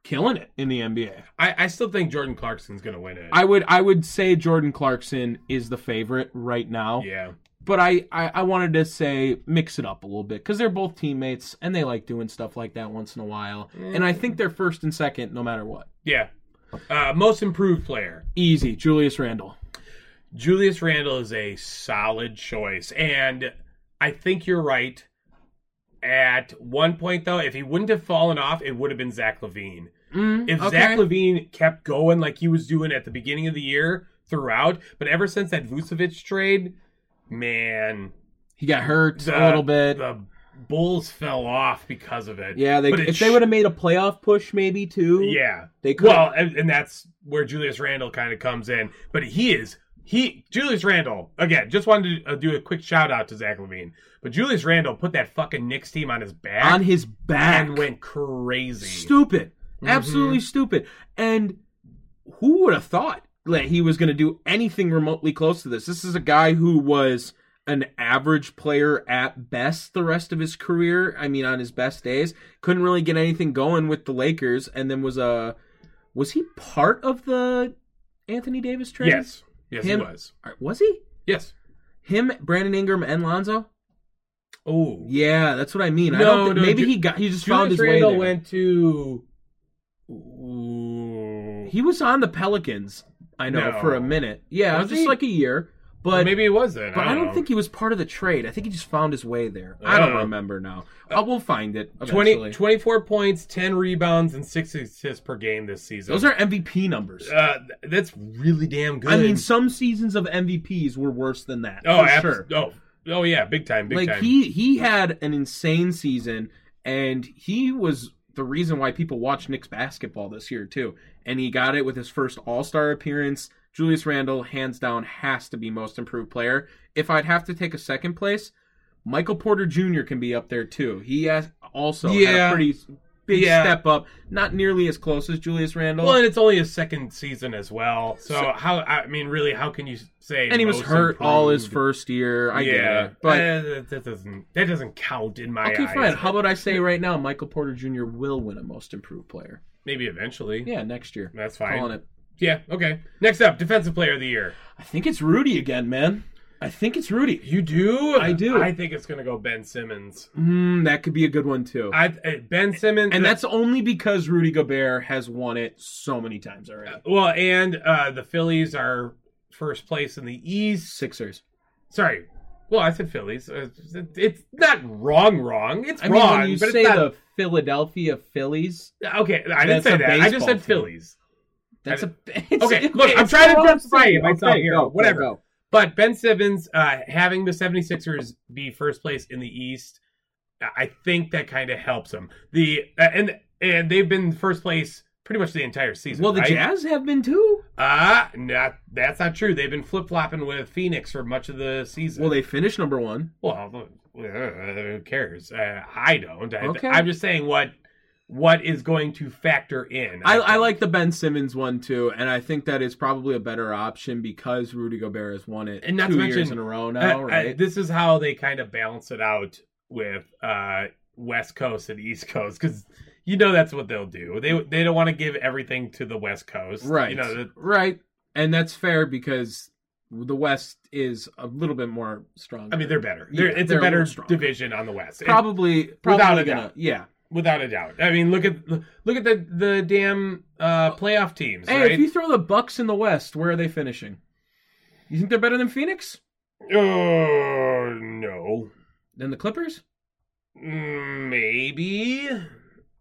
Speaker 1: killing it in the NBA.
Speaker 2: I, I still think Jordan Clarkson's going to win it.
Speaker 1: I would I would say Jordan Clarkson is the favorite right now,
Speaker 2: yeah.
Speaker 1: but I, I I wanted to say mix it up a little bit because they're both teammates and they like doing stuff like that once in a while. And I think they're first and second no matter what.
Speaker 2: Yeah. Uh, most improved player.
Speaker 1: Easy, Julius Randle.
Speaker 2: Julius Randle is a solid choice, and I think you're right. At one point, though, if he wouldn't have fallen off, it would have been Zach Levine.
Speaker 1: Mm,
Speaker 2: If
Speaker 1: okay.
Speaker 2: Zach Levine kept going like he was doing at the beginning of the year throughout, but ever since that Vucevic trade, man,
Speaker 1: he got hurt
Speaker 2: the-
Speaker 1: a little bit.
Speaker 2: The Bulls fell off because of it.
Speaker 1: yeah, they,
Speaker 2: But it
Speaker 1: if they
Speaker 2: sh-
Speaker 1: would have made a playoff push, maybe too.
Speaker 2: yeah,
Speaker 1: they could.
Speaker 2: well, and, and that's where Julius Randle kind of comes in. But he is he Julius Randle again. Just wanted to uh, do a quick shout out to Zach Levine, but Julius Randle put that fucking Knicks team on his back
Speaker 1: on his back,
Speaker 2: and Mm-hmm. went crazy.
Speaker 1: stupid, absolutely stupid. And who would have thought that he was going to do anything remotely close to this? This is a guy who was an average player at best the rest of his career. I mean, on his best days, couldn't really get anything going with the Lakers, and then was a was he part of the Anthony Davis trade?
Speaker 2: Yes, yes,
Speaker 1: Him-
Speaker 2: he was.
Speaker 1: Or was he?
Speaker 2: Yes.
Speaker 1: Him, Brandon Ingram, and Lonzo.
Speaker 2: Oh,
Speaker 1: Yeah, that's what I mean. I
Speaker 2: No,
Speaker 1: don't think,
Speaker 2: no,
Speaker 1: maybe
Speaker 2: Ju-
Speaker 1: he got he just found his
Speaker 2: Julius Randle
Speaker 1: way there.
Speaker 2: went to. Ooh.
Speaker 1: He was on the Pelicans, I know,
Speaker 2: No.
Speaker 1: for a minute. Yeah,
Speaker 2: Was
Speaker 1: just
Speaker 2: he?
Speaker 1: like a year. But
Speaker 2: maybe it was then.
Speaker 1: but I don't,
Speaker 2: know.
Speaker 1: think he was part of the trade. I think he just found his way there. I don't
Speaker 2: Uh.
Speaker 1: remember now. I will find it.
Speaker 2: 20,
Speaker 1: Eventually.
Speaker 2: 24 points, 10 rebounds, and 6 assists per game this season.
Speaker 1: Those are MVP numbers.
Speaker 2: Uh, th- that's really damn good.
Speaker 1: I mean, some seasons of MVPs were worse than that.
Speaker 2: oh,
Speaker 1: for
Speaker 2: abs-
Speaker 1: sure.
Speaker 2: oh, oh, yeah, big time, big
Speaker 1: like
Speaker 2: time.
Speaker 1: he he had an insane season, and he was the reason why people watched Knicks basketball this year too. And he got it with his first All Star appearance. Julius Randle, hands down, has to be most improved player. If I'd have to take a second place, Michael Porter Jr. can be up there too. He has also had
Speaker 2: Yeah.
Speaker 1: a pretty big
Speaker 2: Yeah.
Speaker 1: step up, not nearly as close as Julius Randle.
Speaker 2: well, and it's only his second season as well. So, how? I mean, really, how can you say?
Speaker 1: and he was
Speaker 2: most
Speaker 1: hurt all his
Speaker 2: improved?
Speaker 1: first year. I get
Speaker 2: yeah,
Speaker 1: it. But
Speaker 2: Eh, that, that doesn't that doesn't count in my
Speaker 1: okay,
Speaker 2: eyes.
Speaker 1: fine. How about I say right now, Michael Porter Jr. will win a most improved player.
Speaker 2: Maybe eventually.
Speaker 1: Yeah, next year.
Speaker 2: That's fine.
Speaker 1: Calling it.
Speaker 2: Yeah, okay. Next up, defensive player of the year.
Speaker 1: I think it's Rudy again, man. I think it's Rudy.
Speaker 2: You do?
Speaker 1: I do.
Speaker 2: I think it's going to go Ben Simmons.
Speaker 1: Mm, that could be a good one too.
Speaker 2: I uh, Ben Simmons
Speaker 1: and that's only because Rudy Gobert has won it so many times already.
Speaker 2: well, and uh the Phillies are first place in the East.
Speaker 1: Sixers.
Speaker 2: Sorry. Well, I said Phillies. Uh, It's not wrong, wrong. It's
Speaker 1: I mean,
Speaker 2: wrong,
Speaker 1: when you
Speaker 2: but
Speaker 1: say
Speaker 2: it's not.
Speaker 1: the Philadelphia Phillies,
Speaker 2: okay, I didn't
Speaker 1: That's
Speaker 2: say
Speaker 1: a
Speaker 2: that. I just
Speaker 1: baseball
Speaker 2: said
Speaker 1: team.
Speaker 2: Phillies.
Speaker 1: that's a.
Speaker 2: Okay, look, I'm trying to justify it myself here. Whatever.
Speaker 1: Go.
Speaker 2: But Ben Simmons uh, having the 76ers be first place in the East, I think that kind of helps him. The uh, and and they've been first place pretty much the entire season.
Speaker 1: Well, the
Speaker 2: right?
Speaker 1: Jazz have been too.
Speaker 2: Ah, not that's not true. They've been flip flopping with Phoenix for much of the season.
Speaker 1: Well, they finished number one.
Speaker 2: well, uh, who cares? Uh, I don't. I,
Speaker 1: Okay.
Speaker 2: I'm just saying what what is going to factor in.
Speaker 1: I, I
Speaker 2: think.
Speaker 1: like the Ben Simmons one too, and I think that is probably a better option because Rudy Gobert has won it
Speaker 2: And not
Speaker 1: two
Speaker 2: to mention-
Speaker 1: years in a row
Speaker 2: Uh,
Speaker 1: now,
Speaker 2: uh,
Speaker 1: right?
Speaker 2: this is how they kind of balance it out with uh, West Coast and East Coast because you know that's what they'll do. They they don't want to give everything to the West Coast,
Speaker 1: Right.
Speaker 2: You know, that,
Speaker 1: right. And that's fair because the West is a little bit more strong.
Speaker 2: I mean they're better.
Speaker 1: Yeah,
Speaker 2: They're, it's
Speaker 1: they're a
Speaker 2: a better
Speaker 1: little stronger.
Speaker 2: division on the West, It-
Speaker 1: probably probably
Speaker 2: Without a
Speaker 1: gonna
Speaker 2: doubt.
Speaker 1: yeah.
Speaker 2: without a doubt. I mean look at look at the the damn uh, playoff teams,
Speaker 1: Hey,
Speaker 2: right?
Speaker 1: if you throw the Bucks in the West, where are they finishing? You think they're better than Phoenix?
Speaker 2: oh no,
Speaker 1: Than the Clippers?
Speaker 2: Mm, maybe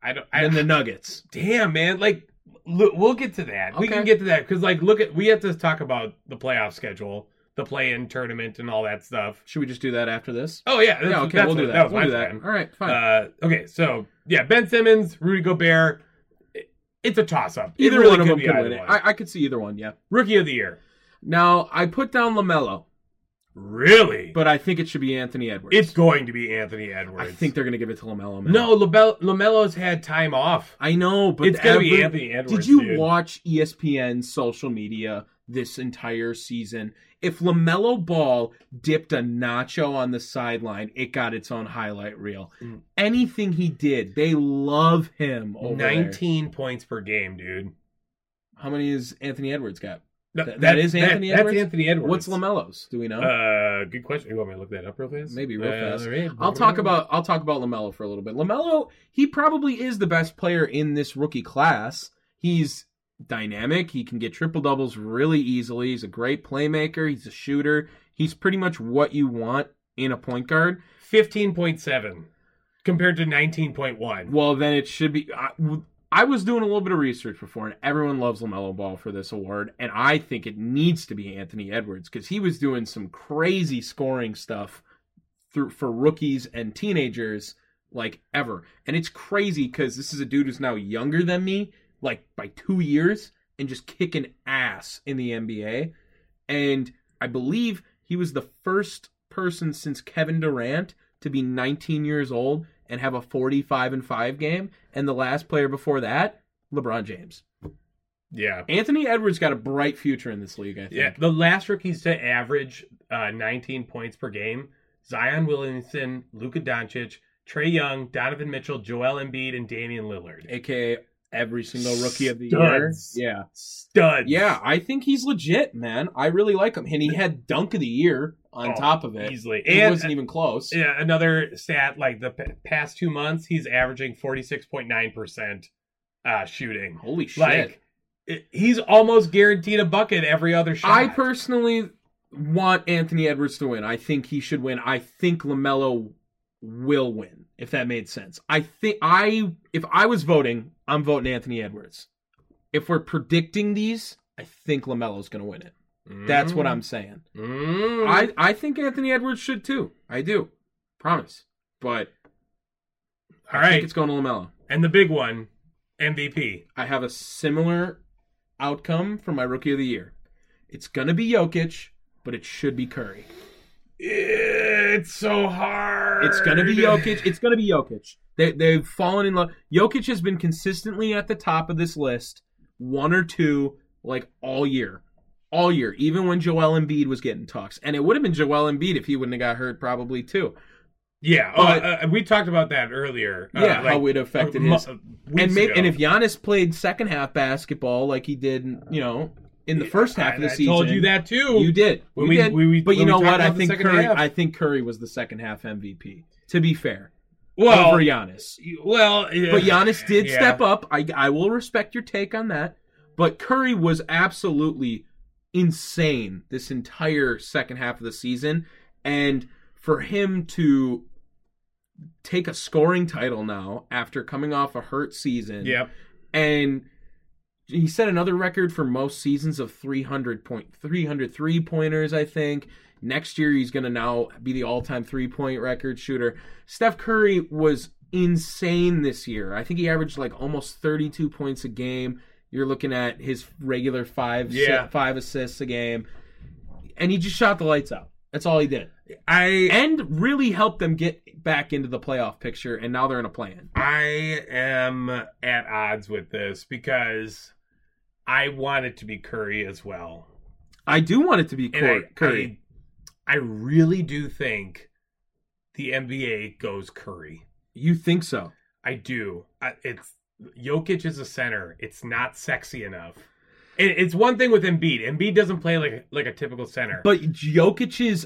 Speaker 2: I don't. I,
Speaker 1: Than the Nuggets?
Speaker 2: damn man like look, we'll get to that we can
Speaker 1: Okay.
Speaker 2: get to that because like look at we have to talk about the playoff schedule the play-in tournament and all that stuff
Speaker 1: Should we just do that after this?
Speaker 2: oh yeah that's-
Speaker 1: yeah, okay,
Speaker 2: that's
Speaker 1: we'll do
Speaker 2: what-
Speaker 1: that.
Speaker 2: was
Speaker 1: we'll
Speaker 2: my
Speaker 1: do that.
Speaker 2: plan.
Speaker 1: All right, fine.
Speaker 2: uh, okay so yeah ben simmons rudy gobert It- it's a toss-up It
Speaker 1: either
Speaker 2: really
Speaker 1: one of them
Speaker 2: be
Speaker 1: could
Speaker 2: either
Speaker 1: win it.
Speaker 2: one.
Speaker 1: I, I could see either one, yeah.
Speaker 2: rookie of the year
Speaker 1: Now I put down Lamelo,
Speaker 2: really
Speaker 1: but I think it should be Anthony Edwards.
Speaker 2: it's going to be anthony edwards
Speaker 1: I think they're gonna give it to Lamelo. Man.
Speaker 2: no Label- lamelo's had time off
Speaker 1: I know, but
Speaker 2: it's gonna
Speaker 1: every-
Speaker 2: be anthony edwards
Speaker 1: Did you
Speaker 2: dude.
Speaker 1: watch E ESPN's social media this entire season? If LaMelo Ball dipped a nacho on the sideline, it got its own highlight reel.
Speaker 2: Mm.
Speaker 1: Anything he did, they love him over 19.
Speaker 2: 19 points per game dude
Speaker 1: How many is Anthony Edwards got?
Speaker 2: Th-
Speaker 1: That- that is Anthony Edwards?
Speaker 2: That's Anthony Edwards.
Speaker 1: What's LaMelo's? Do we know?
Speaker 2: Uh, good question. You want me to look that up real fast?
Speaker 1: Maybe real
Speaker 2: Uh,
Speaker 1: fast.
Speaker 2: alright.
Speaker 1: I'll talk about I'll talk about Lamelo for a little bit. Lamelo, he probably is the best player in this rookie class. He's dynamic. He can get triple doubles really easily. He's a great playmaker. He's a shooter. He's pretty much what you want in a point guard.
Speaker 2: 15.7. compared to 19.1.
Speaker 1: Well, then it should be. I, w- I was doing a little bit of research before, and everyone loves LaMelo Ball for this award, and I think it needs to be Anthony Edwards because he was doing some crazy scoring stuff through for rookies and teenagers like ever. And it's crazy because this is a dude who's now younger than me, like by two years, and just kicking ass in the NBA. And I believe he was the first person since Kevin Durant to be 19 years old and have a 45 and 5 game. And the last player before that, LeBron James.
Speaker 2: Yeah.
Speaker 1: Anthony Edwards got a bright future in this league, I think.
Speaker 2: Yeah. The last rookies to average uh, 19 points per game Zion Williamson, Luka Doncic, Trey Young, Donovan Mitchell, Joel Embiid, and Damian Lillard.
Speaker 1: AKA every single rookie of the
Speaker 2: Studs.
Speaker 1: year. Yeah.
Speaker 2: Studs.
Speaker 1: Yeah, I think he's legit, man. I really like him. And he had dunk of the year on
Speaker 2: Oh,
Speaker 1: top of it.
Speaker 2: Easily.
Speaker 1: It
Speaker 2: And,
Speaker 1: wasn't even close.
Speaker 2: yeah, another stat like the p- past two months, he's averaging 46.9% uh, shooting.
Speaker 1: Holy shit.
Speaker 2: Like, it- he's almost guaranteed a bucket every other shot.
Speaker 1: I personally want Anthony Edwards to win. I think he should win. I think LaMelo will win, if that made sense. I think I if I was voting, I'm voting Anthony Edwards. If we're predicting these, I think LaMelo's going to win it. That's what I'm saying.
Speaker 2: Mm.
Speaker 1: I I think Anthony Edwards should too. I do. Promise. But
Speaker 2: All
Speaker 1: I think
Speaker 2: right.
Speaker 1: it's going to LaMelo.
Speaker 2: And the big one, MVP.
Speaker 1: I have a similar outcome for my rookie of the year. It's gonna be Jokic, but it should be Curry.
Speaker 2: It's so hard.
Speaker 1: It's gonna be Jokic. It's gonna be Jokic. They they've fallen in love. Jokic has been consistently at the top of this list, one or two, like all year, all year. Even when Joel Embiid was getting talks, and it would have been Joel Embiid if he wouldn't have got hurt, probably too.
Speaker 2: Yeah. Oh,
Speaker 1: But-
Speaker 2: uh, we talked about that earlier. uh,
Speaker 1: Yeah, how
Speaker 2: like,
Speaker 1: it affected
Speaker 2: a mo-
Speaker 1: his.
Speaker 2: weeks
Speaker 1: And maybe,
Speaker 2: ago.
Speaker 1: and if Giannis played second half basketball like he did, you know, in the first half of the
Speaker 2: I,
Speaker 1: season,
Speaker 2: I told you that too.
Speaker 1: You did.
Speaker 2: When
Speaker 1: you
Speaker 2: we-
Speaker 1: did.
Speaker 2: we- we-
Speaker 1: but you
Speaker 2: when we
Speaker 1: know
Speaker 2: talked
Speaker 1: what? I
Speaker 2: about the
Speaker 1: think
Speaker 2: second
Speaker 1: Curry.
Speaker 2: half.
Speaker 1: I think Curry was the second half MVP. To be fair,
Speaker 2: Well,
Speaker 1: over Giannis.
Speaker 2: well,
Speaker 1: But Giannis did
Speaker 2: yeah.
Speaker 1: step up. I I will respect your take on that. But Curry was absolutely insane this entire second half of the season, and for him to take a scoring title now after coming off a hurt season,
Speaker 2: Yep.
Speaker 1: and he set another record for most seasons of 300 point 303 pointers i think next year he's going to now be the all-time three-point record shooter steph curry was insane this year i think he averaged like almost 32 points a game you're looking at his regular five
Speaker 2: Yeah.
Speaker 1: five assists a game and he just shot the lights out that's all he did
Speaker 2: I
Speaker 1: and really helped them get back into the playoff picture and now they're in a plan
Speaker 2: I am at odds with this because I want it to be Curry as well.
Speaker 1: i do want it to be
Speaker 2: And
Speaker 1: Cur-
Speaker 2: I,
Speaker 1: curry
Speaker 2: I, I really do think the NBA goes Curry.
Speaker 1: you think so
Speaker 2: I do. I, it's Jokic is a center. It's not sexy enough. It, it's one thing with Embiid. Embiid doesn't play like like a typical center.
Speaker 1: But Jokic's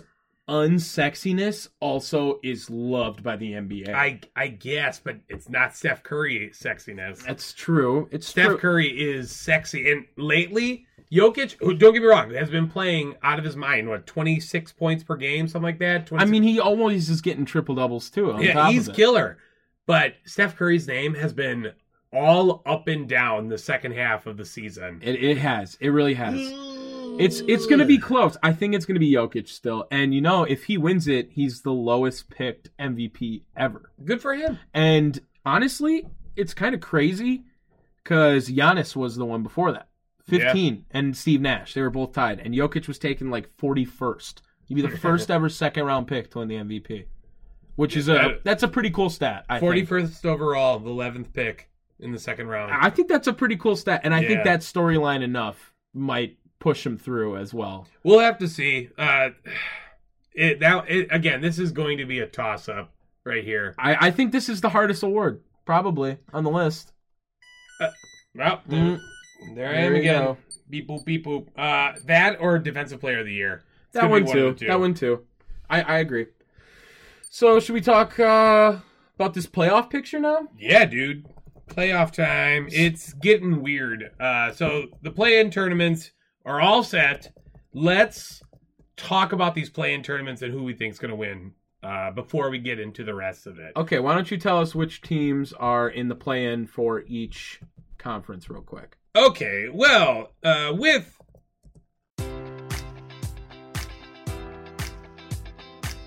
Speaker 1: unsexiness also is loved by the NBA.
Speaker 2: I I guess, but it's not Steph Curry sexiness.
Speaker 1: That's true. It's
Speaker 2: Steph
Speaker 1: true.
Speaker 2: Curry is sexy, and lately Jokic, who don't get me wrong, has been playing out of his mind. What twenty six points per game, something like that.
Speaker 1: I
Speaker 2: 26
Speaker 1: mean, he always is getting triple doubles too. On top
Speaker 2: yeah,
Speaker 1: of
Speaker 2: he's
Speaker 1: it.
Speaker 2: killer. But Steph Curry's name has been all up and down the second half of the season.
Speaker 1: It, it has. It really has. It's it's gonna be close. I think it's gonna be Jokic still. And you know, if he wins it, he's the lowest picked MVP ever.
Speaker 2: good for him.
Speaker 1: And honestly, it's kind of crazy because Giannis was the one before that. 15 and Steve Nash, they were both tied. And Jokic was taken like 41st. He'd be the first ever second round pick to win the MVP, which is a
Speaker 2: that-
Speaker 1: that's a pretty cool stat. I
Speaker 2: Forty
Speaker 1: think.
Speaker 2: first overall, the eleventh pick in the second round.
Speaker 1: I think that's a pretty cool stat, and I think
Speaker 2: Yeah.
Speaker 1: that storyline enough might push him through as well.
Speaker 2: We'll have to see. Uh, it now it, again. This is going to be a toss up right here.
Speaker 1: I, I think this is the hardest award probably on the list.
Speaker 2: Well,
Speaker 1: Mm.
Speaker 2: there I
Speaker 1: There
Speaker 2: am
Speaker 1: you
Speaker 2: again.
Speaker 1: go.
Speaker 2: Beep boop beep boop. Uh, that or defensive player of the year. It's
Speaker 1: That
Speaker 2: gonna be
Speaker 1: one,
Speaker 2: of
Speaker 1: too.
Speaker 2: the two.
Speaker 1: That one too. I, I agree. So should we talk uh, about this playoff picture now?
Speaker 2: Yeah, dude. Playoff time. It's getting weird. Uh, so the play-in tournaments are all set. Let's talk about these play-in tournaments and who we think's going to win. uh, before we get into the rest of it.
Speaker 1: Okay, why don't you tell us which teams are in the play-in for each conference, real quick?
Speaker 2: Okay, well, uh, with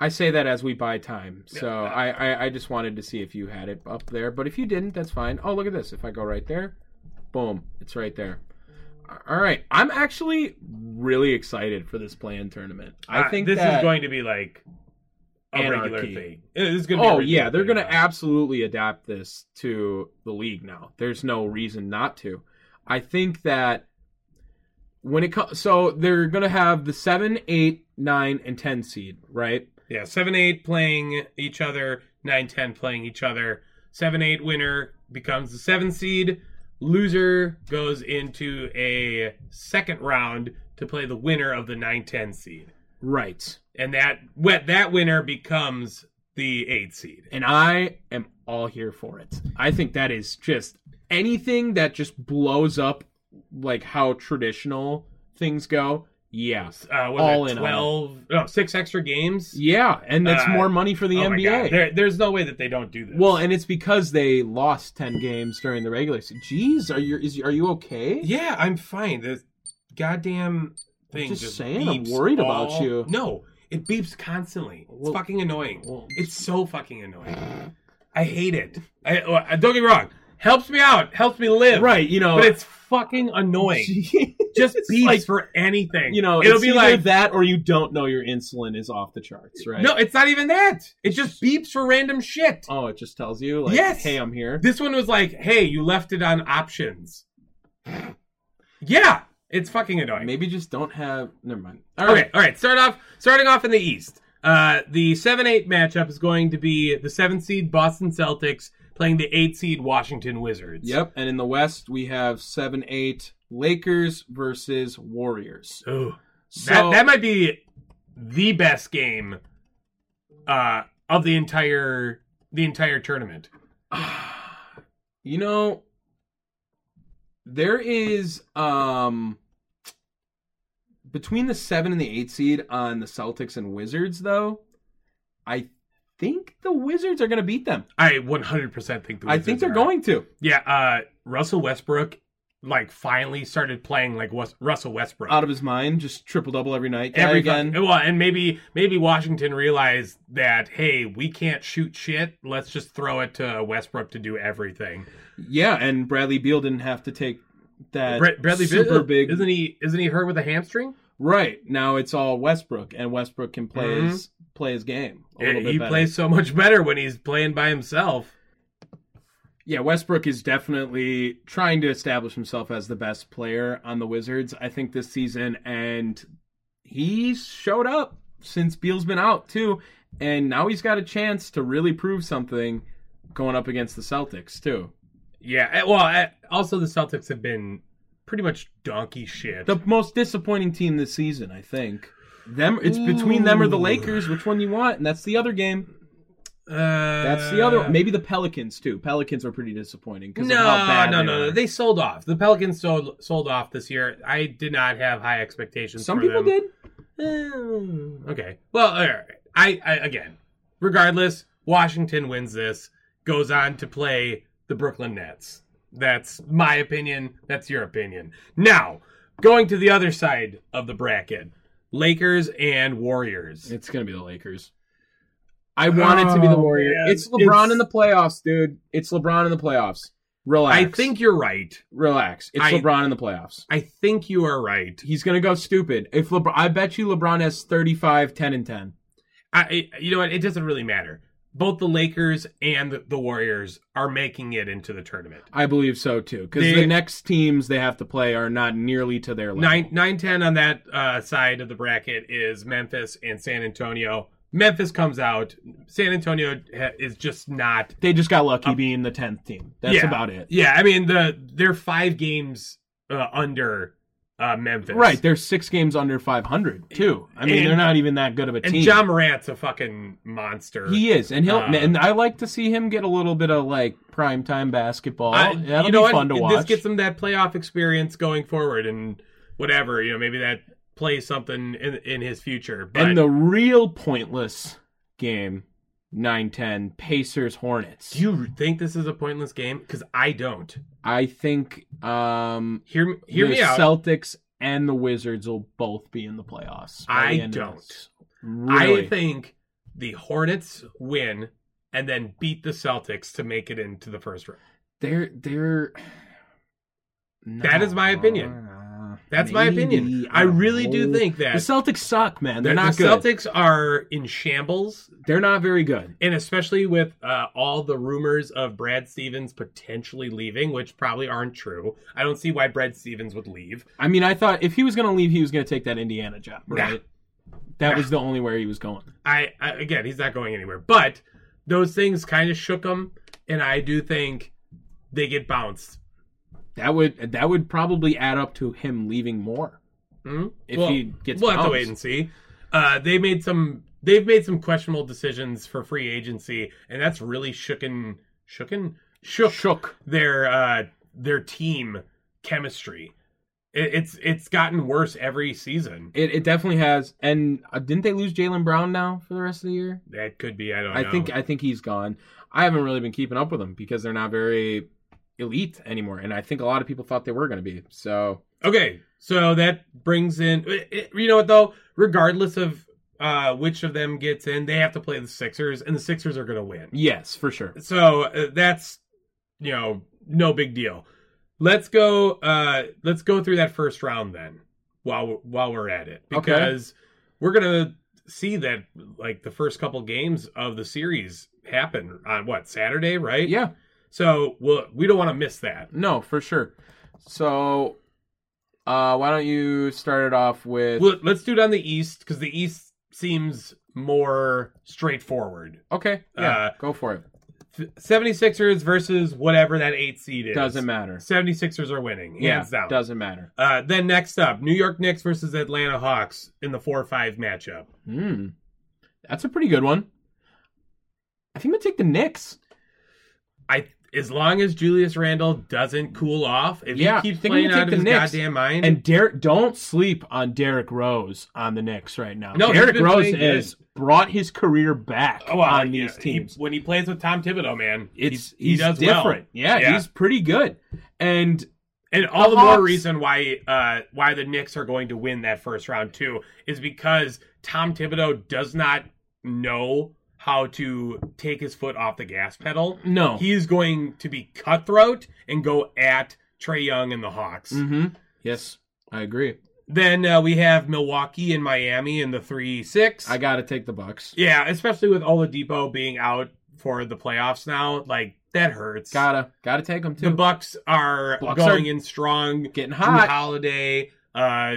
Speaker 1: I say that as we buy time, so
Speaker 2: Yeah.
Speaker 1: I, I I just wanted to see if you had it up there, but if you didn't, that's fine. Oh, look at this! If I go right there, boom, it's right there. All right, I'm actually really excited for this play-in tournament. I
Speaker 2: uh,
Speaker 1: think
Speaker 2: this
Speaker 1: that-
Speaker 2: is going to be like a regular
Speaker 1: Anarchy.
Speaker 2: thing. This is going to be a
Speaker 1: Oh
Speaker 2: regular
Speaker 1: yeah, they're
Speaker 2: thing
Speaker 1: going to
Speaker 2: now.
Speaker 1: absolutely adapt this to the league now. There's no reason not to. I think that when it comes, so they're going to have the seven, eight, nine, and ten seed, right?
Speaker 2: Yeah, seven eight playing each other, nine ten playing each other. Seven eight winner becomes the seven seed. Loser goes into a second round to play the winner of the nine ten seed,
Speaker 1: Right.
Speaker 2: and that what that winner becomes the eight seed.
Speaker 1: And I am all here for it. I think that is just anything that just blows up like how traditional things go. Yeah.
Speaker 2: Uh, what
Speaker 1: All
Speaker 2: all
Speaker 1: in on it.
Speaker 2: twelve, no, six extra games.
Speaker 1: Yeah, and that's
Speaker 2: Uh,
Speaker 1: more money for the
Speaker 2: Oh my God,
Speaker 1: NBA.
Speaker 2: There, there's no way that they don't do this.
Speaker 1: Well, and it's because they lost ten games during the regular season. Jeez, are you is are you okay?
Speaker 2: Yeah, I'm fine. This goddamn thing
Speaker 1: just
Speaker 2: just,
Speaker 1: saying, I'm
Speaker 2: beeps
Speaker 1: worried about
Speaker 2: all-
Speaker 1: you.
Speaker 2: No, it beeps constantly.
Speaker 1: Well-
Speaker 2: it's fucking annoying.
Speaker 1: well-
Speaker 2: it's so fucking annoying. I hate it. I, well, I- don't get me wrong. Helps me out. Helps me live.
Speaker 1: Right, you know,
Speaker 2: But it's fucking annoying. Just beeps
Speaker 1: like-
Speaker 2: for anything.
Speaker 1: you know,
Speaker 2: it'll
Speaker 1: it's
Speaker 2: be
Speaker 1: either
Speaker 2: like
Speaker 1: that, or you don't know your insulin is off the charts, right?
Speaker 2: No, it's not even that. It just beeps for random shit.
Speaker 1: Oh, it just tells you, like,
Speaker 2: Yes.
Speaker 1: hey, I'm here.
Speaker 2: This one was like, "Hey, you left it on options." yeah, it's fucking annoying.
Speaker 1: Maybe just don't have. Never mind.
Speaker 2: All right, all right. Start off, starting off in the East. Uh, the seven eight matchup is going to be the seven seed Boston Celtics playing the eight seed Washington Wizards.
Speaker 1: Yep. And in the West, we have seven, eight Lakers versus Warriors.
Speaker 2: Ooh,
Speaker 1: So
Speaker 2: that that might be the best game uh, of the entire the entire tournament.
Speaker 1: you know, there is um between the seven and the eight seed on the Celtics and Wizards, though. I think the Wizards are going to beat them.
Speaker 2: I 100 percent think the
Speaker 1: I
Speaker 2: Wizards
Speaker 1: think they're
Speaker 2: are.
Speaker 1: going to.
Speaker 2: Yeah, uh, Russell Westbrook like finally started playing like Wes- Russell Westbrook.
Speaker 1: out of his mind, just triple double every night. Guy
Speaker 2: every
Speaker 1: again.
Speaker 2: fuck- well, and maybe maybe Washington realized that hey, we can't shoot shit. Let's just throw it to Westbrook to do everything.
Speaker 1: yeah, and Bradley Beal didn't have to take that
Speaker 2: Bre- Bradley Beal-
Speaker 1: super big.
Speaker 2: isn't he? Isn't he hurt with a hamstring?
Speaker 1: right now, it's all Westbrook, and Westbrook can play his play his game a little bit
Speaker 2: Mm-hmm. he
Speaker 1: better.
Speaker 2: plays so much better when he's playing by himself.
Speaker 1: Yeah, Westbrook is definitely trying to establish himself as the best player on the Wizards. I think this season, and he showed up since Beal's been out too, and now he's got a chance to really prove something going up against the Celtics too.
Speaker 2: Yeah. eh, Well, eh, also the Celtics have been pretty much donkey shit.
Speaker 1: the most disappointing team this season, I think. Them, it's between them or the Lakers. Which one you want? And that's the other game.
Speaker 2: Uh,
Speaker 1: That's the other. Maybe the Pelicans too. Pelicans are pretty disappointing because
Speaker 2: No,
Speaker 1: of how bad
Speaker 2: no,
Speaker 1: they
Speaker 2: no,
Speaker 1: are.
Speaker 2: no. They sold off. The Pelicans sold sold off this year. I did not have high expectations.
Speaker 1: Some
Speaker 2: for
Speaker 1: people
Speaker 2: them.
Speaker 1: did.
Speaker 2: Eh, okay. Well, all right. I, I again, regardless, Washington wins this, goes on to play the Brooklyn Nets. That's my opinion. That's your opinion. Now, going to the other side of the bracket, Lakers and Warriors.
Speaker 1: It's gonna be the Lakers. I want it to be the
Speaker 2: Oh,
Speaker 1: Warriors.
Speaker 2: man.
Speaker 1: It's LeBron
Speaker 2: It's-
Speaker 1: in the playoffs, dude. It's LeBron in the playoffs. Relax.
Speaker 2: I think you're right.
Speaker 1: relax. It's
Speaker 2: I-
Speaker 1: LeBron in the playoffs.
Speaker 2: I think you are right.
Speaker 1: He's gonna go stupid. If LeBron, I bet you LeBron has 35, 10, and 10.
Speaker 2: I, I- you know what? It doesn't really matter. Both the Lakers and the Warriors are making it into the tournament.
Speaker 1: I believe so too, because
Speaker 2: They-
Speaker 1: the next teams they have to play are not nearly to their level.
Speaker 2: Nine nine ten on that uh, side of the bracket is Memphis and San Antonio. Memphis comes out. San Antonio ha- is just not.
Speaker 1: They just got lucky being the tenth team. That's
Speaker 2: Um, Yeah.
Speaker 1: about it.
Speaker 2: Yeah, I mean the they're five games uh, under uh, Memphis.
Speaker 1: Right, they're six games under 500 too. I mean,
Speaker 2: And-
Speaker 1: they're not even that good of a
Speaker 2: and
Speaker 1: team.
Speaker 2: John Morant's a fucking monster.
Speaker 1: He is, and he'll
Speaker 2: Uh,
Speaker 1: and I like to see him get a little bit of like primetime basketball.
Speaker 2: I-
Speaker 1: That'll
Speaker 2: you know
Speaker 1: be
Speaker 2: what?
Speaker 1: fun to watch.
Speaker 2: This gets him that playoff experience going forward, and whatever you know, maybe that plays something in in his future. But
Speaker 1: and the real pointless game, 9-10, Pacers Hornets.
Speaker 2: do you think this is a pointless game? Because I don't.
Speaker 1: I think um
Speaker 2: Hear m- hear
Speaker 1: the
Speaker 2: me out.
Speaker 1: Celtics and the Wizards will both be in the playoffs. by
Speaker 2: I
Speaker 1: the end of
Speaker 2: don't.
Speaker 1: this. Really?
Speaker 2: I think the Hornets win and then beat the Celtics to make it into the first round.
Speaker 1: they're they're.
Speaker 2: That is my opinion.
Speaker 1: Nah,
Speaker 2: That's my opinion.
Speaker 1: maybe.
Speaker 2: I really do think
Speaker 1: the
Speaker 2: that
Speaker 1: Celtics suck, man.
Speaker 2: the-
Speaker 1: They're not
Speaker 2: the
Speaker 1: good.
Speaker 2: Celtics are in shambles,
Speaker 1: They're not very good.
Speaker 2: and especially with uh, all the rumors of Brad Stevens potentially leaving, which probably aren't true. I don't see why Brad Stevens would leave.
Speaker 1: I mean, I thought if he was going to leave, he was going to take that Indiana job,
Speaker 2: Nah.
Speaker 1: right? That was the only where he was going.
Speaker 2: I, I again, he's not going anywhere. But those things kind of shook him, and I do think they get bounced.
Speaker 1: That would that would probably add up to him leaving more.
Speaker 2: Hmm?
Speaker 1: If he gets
Speaker 2: we'll have to
Speaker 1: bounced.
Speaker 2: wait and see. Uh, they made some. They've made some questionable decisions for free agency, and that's really shooken, shooken, shook,
Speaker 1: Shook.
Speaker 2: their uh, their team chemistry. It, it's it's gotten worse every season.
Speaker 1: It, it definitely has. And uh, didn't they lose Jalen Brown now for the rest of the year?
Speaker 2: That could be. I don't.
Speaker 1: I
Speaker 2: know.
Speaker 1: think I think he's gone. I haven't really been keeping up with them because they're not very elite anymore, and I think a lot of people thought they were going to be. So
Speaker 2: Okay, so that brings in. it- it- you know what though? Regardless of uh, which of them gets in, they have to play the Sixers, and the Sixers are going to win.
Speaker 1: yes, for sure.
Speaker 2: so uh, that's you know no big deal let's go uh let's go through that first round then while while we're at it
Speaker 1: Okay.
Speaker 2: because we're gonna see that like the first couple games of the series happen on what saturday right
Speaker 1: Yeah,
Speaker 2: so we'll we don't want to miss that
Speaker 1: no, for sure. So uh, why don't you start it off with?
Speaker 2: well, let's do it on the east because the east seems more straightforward
Speaker 1: okay, yeah,
Speaker 2: uh,
Speaker 1: go for it.
Speaker 2: Th- 76ers versus whatever that eight seed is
Speaker 1: Doesn't matter.
Speaker 2: 76ers are winning hands
Speaker 1: Yeah,
Speaker 2: down
Speaker 1: doesn't matter.
Speaker 2: Uh, then next up, New York Knicks versus Atlanta Hawks in the four five matchup.
Speaker 1: Hmm, that's a pretty good one. I think I'm gonna take the Knicks.
Speaker 2: I as long as Julius Randle doesn't cool off, if
Speaker 1: Yeah,
Speaker 2: he keeps
Speaker 1: I think I'm
Speaker 2: playing
Speaker 1: gonna
Speaker 2: out of
Speaker 1: take
Speaker 2: his
Speaker 1: the Knicks.
Speaker 2: goddamn mind,
Speaker 1: And Derek, don't sleep on Derrick Rose on the Knicks right now.
Speaker 2: No, he's
Speaker 1: Derrick
Speaker 2: been
Speaker 1: Rose
Speaker 2: playing good.
Speaker 1: has brought his career back
Speaker 2: Oh, well,
Speaker 1: on
Speaker 2: yeah,
Speaker 1: these
Speaker 2: he-
Speaker 1: teams.
Speaker 2: when he plays with Tom Thibodeau, man, he-
Speaker 1: it's
Speaker 2: he,
Speaker 1: he's
Speaker 2: does well.
Speaker 1: different. Yeah, he's pretty good. And
Speaker 2: and all
Speaker 1: the
Speaker 2: the, more
Speaker 1: Hawks-
Speaker 2: reason why uh, why the Knicks are going to win that first round too is because Tom Thibodeau does not know how to take his foot off the gas pedal.
Speaker 1: No.
Speaker 2: he's going to be cutthroat and go at Trey Young and the Hawks.
Speaker 1: Mhm. yes, I agree.
Speaker 2: Then uh, we have Milwaukee and Miami in the three six.
Speaker 1: I got to take the Bucks.
Speaker 2: yeah, especially with Oladipo being out for the playoffs now, like that hurts.
Speaker 1: Gotta gotta take them
Speaker 2: The
Speaker 1: too.
Speaker 2: Bucks are
Speaker 1: Bucks
Speaker 2: going
Speaker 1: are
Speaker 2: in strong.
Speaker 1: Getting
Speaker 2: Drew
Speaker 1: hot.
Speaker 2: Holiday. Uh,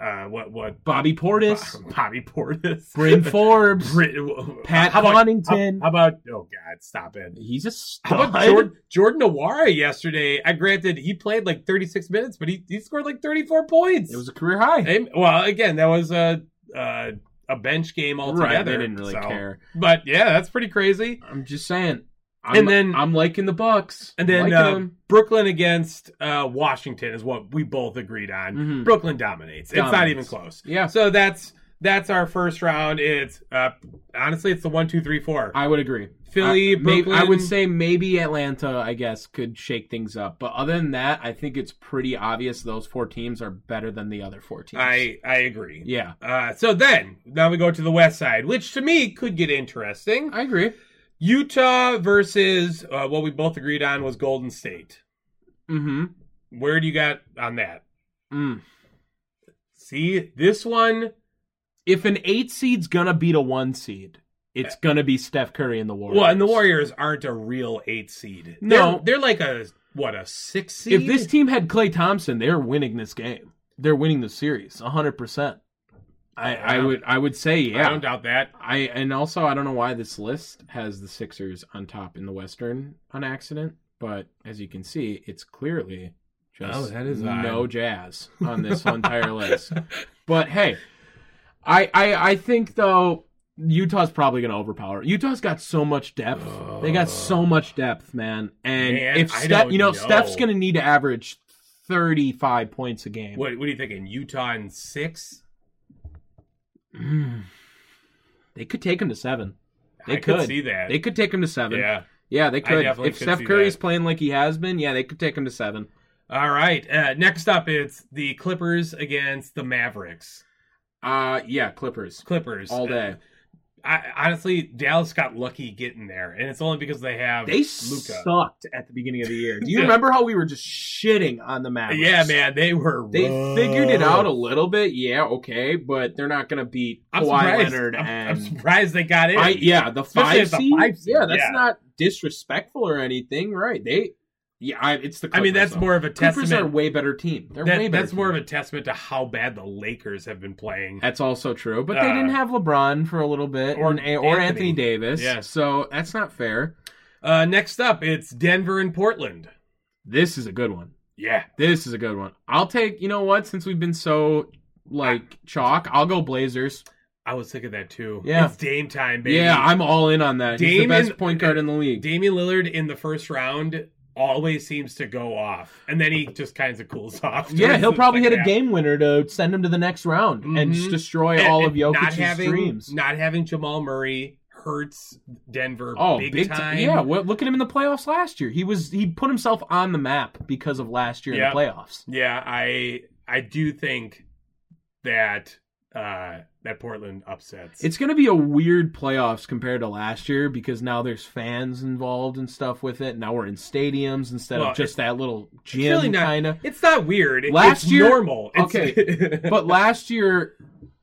Speaker 2: uh, what what?
Speaker 1: Bobby Portis,
Speaker 2: Bo- Bobby Portis.
Speaker 1: Bryn Forbes,
Speaker 2: Brit-
Speaker 1: Pat
Speaker 2: how about-
Speaker 1: Connaughton.
Speaker 2: How, how about? Oh God, stop it.
Speaker 1: he's a
Speaker 2: How about
Speaker 1: stud.
Speaker 2: Jordan, Jordan Nawara yesterday? I granted he played like 36 minutes, but he, he scored like 34 points.
Speaker 1: It was a career high.
Speaker 2: Hey, well, again, that was a uh, a bench game altogether.
Speaker 1: Right, they didn't really
Speaker 2: so-
Speaker 1: care.
Speaker 2: But yeah, that's pretty crazy.
Speaker 1: I'm just saying. I'm,
Speaker 2: And then-
Speaker 1: I'm liking the Bucks.
Speaker 2: And then
Speaker 1: Liking
Speaker 2: uh,
Speaker 1: 'em.
Speaker 2: Brooklyn against uh, Washington is what we both agreed on.
Speaker 1: Mhm.
Speaker 2: Brooklyn dominates. It's not even
Speaker 1: Dominates.
Speaker 2: close.
Speaker 1: Yeah.
Speaker 2: So that's that's our first round. It's uh, honestly it's the one, two, three, four.
Speaker 1: I would agree.
Speaker 2: Philly,
Speaker 1: I, may- I
Speaker 2: Brooklyn.
Speaker 1: would say maybe Atlanta, I guess, could shake things up. But other than that, I think it's pretty obvious those four teams are better than the other four teams.
Speaker 2: I I agree.
Speaker 1: yeah,
Speaker 2: Uh, so then, now we go to the West Side, which to me could get interesting.
Speaker 1: I agree.
Speaker 2: Utah versus uh, what we both agreed on was Golden State.
Speaker 1: Mm-hmm.
Speaker 2: Where do you got on that?
Speaker 1: Mm.
Speaker 2: See, this one,
Speaker 1: If an eight seed's gonna beat a one seed, it's gonna be Steph Curry and the Warriors.
Speaker 2: well, and the Warriors aren't a real eight seed.
Speaker 1: No.
Speaker 2: they're, they're like a what a six seed.
Speaker 1: If this team had Clay Thompson, they're winning this game. They're winning the series, hundred percent. I, I
Speaker 2: Yeah.
Speaker 1: would I would say yeah.
Speaker 2: I don't doubt that.
Speaker 1: I and also I don't know why this list has the Sixers on top in the Western on accident, but as you can see, it's clearly just
Speaker 2: Oh, that is
Speaker 1: no
Speaker 2: odd.
Speaker 1: jazz on this whole entire list. But hey, I I, I think though Utah's probably going to overpower. Utah's got so much depth. They got so much depth, man. And
Speaker 2: Man,
Speaker 1: if
Speaker 2: I
Speaker 1: Steph,
Speaker 2: don't
Speaker 1: you know,
Speaker 2: know.
Speaker 1: Steph's going to need to average 35 points a game.
Speaker 2: What what are you thinking? Utah in six?
Speaker 1: Mm. They could take him to 7. They
Speaker 2: I could see that.
Speaker 1: They could take him to 7.
Speaker 2: Yeah.
Speaker 1: Yeah, they could.
Speaker 2: definitely
Speaker 1: If
Speaker 2: could
Speaker 1: Steph
Speaker 2: see
Speaker 1: Curry's
Speaker 2: that.
Speaker 1: playing like he has been, yeah, they could take him to seven.
Speaker 2: All right. Uh, next up, it's the Clippers against the Mavericks.
Speaker 1: Uh yeah, Clippers
Speaker 2: Clippers
Speaker 1: all day.
Speaker 2: I, honestly, Dallas got lucky getting there, and it's only because they have
Speaker 1: They
Speaker 2: Luca.
Speaker 1: sucked at the beginning of the year. Do you
Speaker 2: Yeah.
Speaker 1: remember how we were just shitting on the Mavericks?
Speaker 2: Yeah, man, they were.
Speaker 1: They
Speaker 2: rough.
Speaker 1: figured it out a little bit, yeah, okay, but they're not gonna beat
Speaker 2: I'm
Speaker 1: Kawhi
Speaker 2: surprised.
Speaker 1: Leonard
Speaker 2: I'm,
Speaker 1: and
Speaker 2: I'm surprised they got in.
Speaker 1: I, yeah, the
Speaker 2: Especially
Speaker 1: five,
Speaker 2: at the
Speaker 1: seed?
Speaker 2: five seed,
Speaker 1: Yeah, that's
Speaker 2: yeah.
Speaker 1: not disrespectful or anything, right? They, yeah, I, it's the.
Speaker 2: I
Speaker 1: Clippers,
Speaker 2: mean, that's
Speaker 1: though.
Speaker 2: more of a
Speaker 1: Clippers are
Speaker 2: testament.
Speaker 1: a way better team. They're
Speaker 2: that-
Speaker 1: way better.
Speaker 2: that's
Speaker 1: team.
Speaker 2: more of a testament to how bad the Lakers have been playing.
Speaker 1: That's also true, but they
Speaker 2: Uh,
Speaker 1: didn't have LeBron for a little bit,
Speaker 2: or
Speaker 1: or or Anthony
Speaker 2: Anthony.
Speaker 1: Davis.
Speaker 2: Yeah.
Speaker 1: so that's not fair.
Speaker 2: Uh, next up, it's Denver and Portland.
Speaker 1: This is a good one.
Speaker 2: Yeah,
Speaker 1: This is a good one. I'll take. You know what? Since we've been so like chalk, I'll go Blazers.
Speaker 2: I was thinking that too.
Speaker 1: Yeah.
Speaker 2: it's Dame time, baby.
Speaker 1: Yeah, I'm all in on that. He's the
Speaker 2: Dame
Speaker 1: best
Speaker 2: and- uh,
Speaker 1: point guard in the league.
Speaker 2: Damian Lillard in the first round always seems to go off, and then he just kind of cools off.
Speaker 1: yeah, he'll
Speaker 2: It's
Speaker 1: probably
Speaker 2: like,
Speaker 1: hit a
Speaker 2: yeah.
Speaker 1: game winner to send him to the next round and
Speaker 2: Mhm.
Speaker 1: just destroy
Speaker 2: And-
Speaker 1: all
Speaker 2: and
Speaker 1: of Jokic's
Speaker 2: not having,
Speaker 1: dreams.
Speaker 2: Not having Jamal Murray hurts Denver.
Speaker 1: Oh,
Speaker 2: big,
Speaker 1: big
Speaker 2: time.
Speaker 1: time! Yeah, well, look at him in the playoffs last year. He was he put himself on the map because of last year
Speaker 2: Yeah.
Speaker 1: in the playoffs.
Speaker 2: yeah. I I do think that uh that Portland upsets.
Speaker 1: It's going to be a weird playoffs compared to last year because now there's fans involved and stuff with it. Now we're in stadiums instead
Speaker 2: Well,
Speaker 1: of just that little
Speaker 2: It's
Speaker 1: gym
Speaker 2: not.
Speaker 1: kind of.
Speaker 2: It's not weird. It-
Speaker 1: Last
Speaker 2: it's
Speaker 1: year-
Speaker 2: normal. It's,
Speaker 1: okay, But last year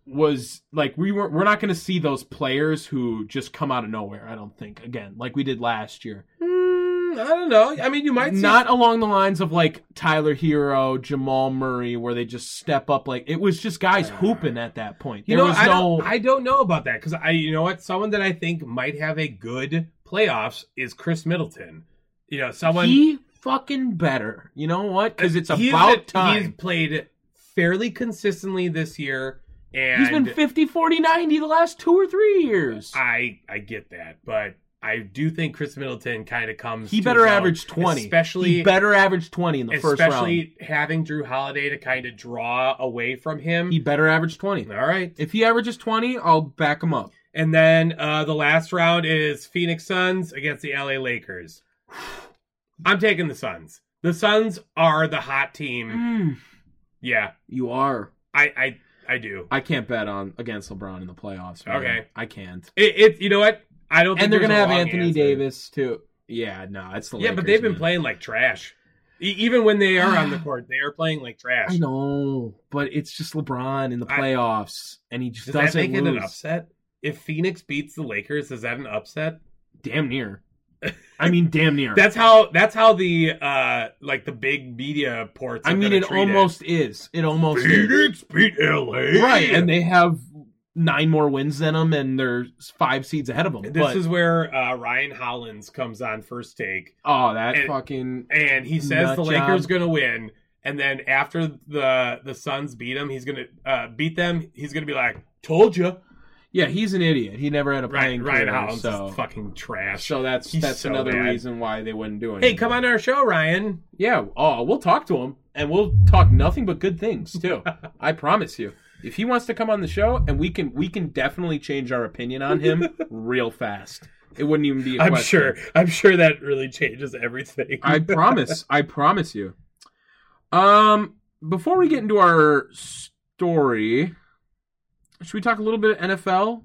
Speaker 1: was like we were we're not going to see those players who just come out of nowhere. I don't think again like we did last year.
Speaker 2: Mm, I don't know. I mean, you might see-
Speaker 1: Not along the lines of like Tyler Hero, Jamal Murray, where they just step up. Like it was just guys hooping at that point.
Speaker 2: You
Speaker 1: there
Speaker 2: know,
Speaker 1: was
Speaker 2: I,
Speaker 1: no.
Speaker 2: don't, I don't know about that because I, you know what, someone that I think might have a good playoffs is Chris Middleton. You know, someone
Speaker 1: he fucking better. You know what? Because it's
Speaker 2: He's
Speaker 1: about
Speaker 2: been-
Speaker 1: time.
Speaker 2: He's played fairly consistently this year, and
Speaker 1: He's been 50, 40, 90 the last two or three years.
Speaker 2: I I get that, but I do think Chris Middleton kind of comes.
Speaker 1: he
Speaker 2: to
Speaker 1: better
Speaker 2: his own,
Speaker 1: average 20.
Speaker 2: especially
Speaker 1: he better average 20 in the first round.
Speaker 2: especially having Drew Holiday to kind of draw away from him.
Speaker 1: He better average 20.
Speaker 2: All right,
Speaker 1: If he averages 20, I'll back him up.
Speaker 2: and then uh, the last round is Phoenix Suns against the LA Lakers. I'm taking the Suns. The Suns are the hot
Speaker 1: Mm.
Speaker 2: team. Yeah,
Speaker 1: You are.
Speaker 2: I I I do.
Speaker 1: I can't bet on against LeBron in the playoffs. man.
Speaker 2: Okay.
Speaker 1: I can't.
Speaker 2: It, it you know what I don't. Think
Speaker 1: And they're
Speaker 2: there's
Speaker 1: going to
Speaker 2: a
Speaker 1: have
Speaker 2: wrong
Speaker 1: Anthony
Speaker 2: answer.
Speaker 1: Davis, too. Yeah, no, it's the
Speaker 2: Yeah, but
Speaker 1: Lakers,
Speaker 2: they've been
Speaker 1: man.
Speaker 2: playing like trash. E- even when they are on the court, they are playing like trash.
Speaker 1: I know, but it's just LeBron in the
Speaker 2: I-
Speaker 1: playoffs, and he just
Speaker 2: Does
Speaker 1: doesn't
Speaker 2: that make
Speaker 1: lose.
Speaker 2: it an upset? If Phoenix beats the Lakers, is that an upset?
Speaker 1: Damn near. I mean, damn near.
Speaker 2: That's how. That's how the uh like the big media ports. Are
Speaker 1: I mean,
Speaker 2: gonna
Speaker 1: it
Speaker 2: treat
Speaker 1: almost is. It almost is.
Speaker 2: beat LA,
Speaker 1: right and they have nine more wins than them and they're five seeds ahead of them
Speaker 2: this
Speaker 1: but,
Speaker 2: is where uh, Ryan Hollins comes on first take,
Speaker 1: oh that
Speaker 2: and-
Speaker 1: fucking
Speaker 2: and he says
Speaker 1: Nut
Speaker 2: the Lakers
Speaker 1: job.
Speaker 2: going to win. And then after the the Suns beat him, he's gonna uh, beat them. He's gonna be like, "Told you."
Speaker 1: Yeah, he's an idiot. He never had a
Speaker 2: Ryan,
Speaker 1: playing
Speaker 2: Ryan
Speaker 1: career,
Speaker 2: Hollins
Speaker 1: so
Speaker 2: is fucking trash.
Speaker 1: so that's
Speaker 2: He's
Speaker 1: that's
Speaker 2: so
Speaker 1: another
Speaker 2: bad.
Speaker 1: reason why they wouldn't do it.
Speaker 2: Hey, come on our show, Ryan.
Speaker 1: Yeah, oh, we'll talk to him and we'll talk nothing but good things too. I promise you. If he wants to come on the show and we can we can definitely change our opinion on him real fast. It wouldn't even be a
Speaker 2: I'm
Speaker 1: question.
Speaker 2: sure. I'm sure that really changes everything.
Speaker 1: I promise. I promise you. Um, before we get into our story, should we talk a little bit of NFL?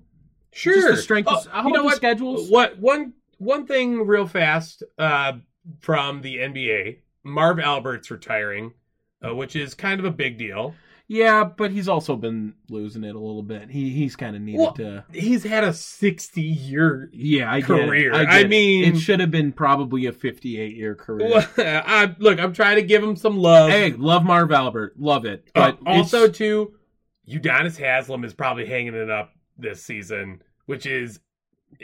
Speaker 2: Sure.
Speaker 1: Just the strength of-
Speaker 2: Oh,
Speaker 1: how
Speaker 2: you
Speaker 1: about
Speaker 2: know
Speaker 1: the
Speaker 2: what?
Speaker 1: schedules?
Speaker 2: What one one thing real fast uh, from the NBA? Marv Albert's retiring, uh, which is kind of a big deal.
Speaker 1: Yeah, but he's also been losing it a little bit. He he's kind of needed
Speaker 2: Well-
Speaker 1: to.
Speaker 2: He's had a sixty year.
Speaker 1: Yeah, I get it.
Speaker 2: Career.
Speaker 1: I, get
Speaker 2: I
Speaker 1: it.
Speaker 2: mean-
Speaker 1: it should have been probably a 58 year career.
Speaker 2: Well, I, look, I'm trying to give him some love.
Speaker 1: Hey, love Marv Albert, love it.
Speaker 2: but
Speaker 1: But it's-
Speaker 2: Uh, also too, Udonis Haslam is probably hanging it up this season, which is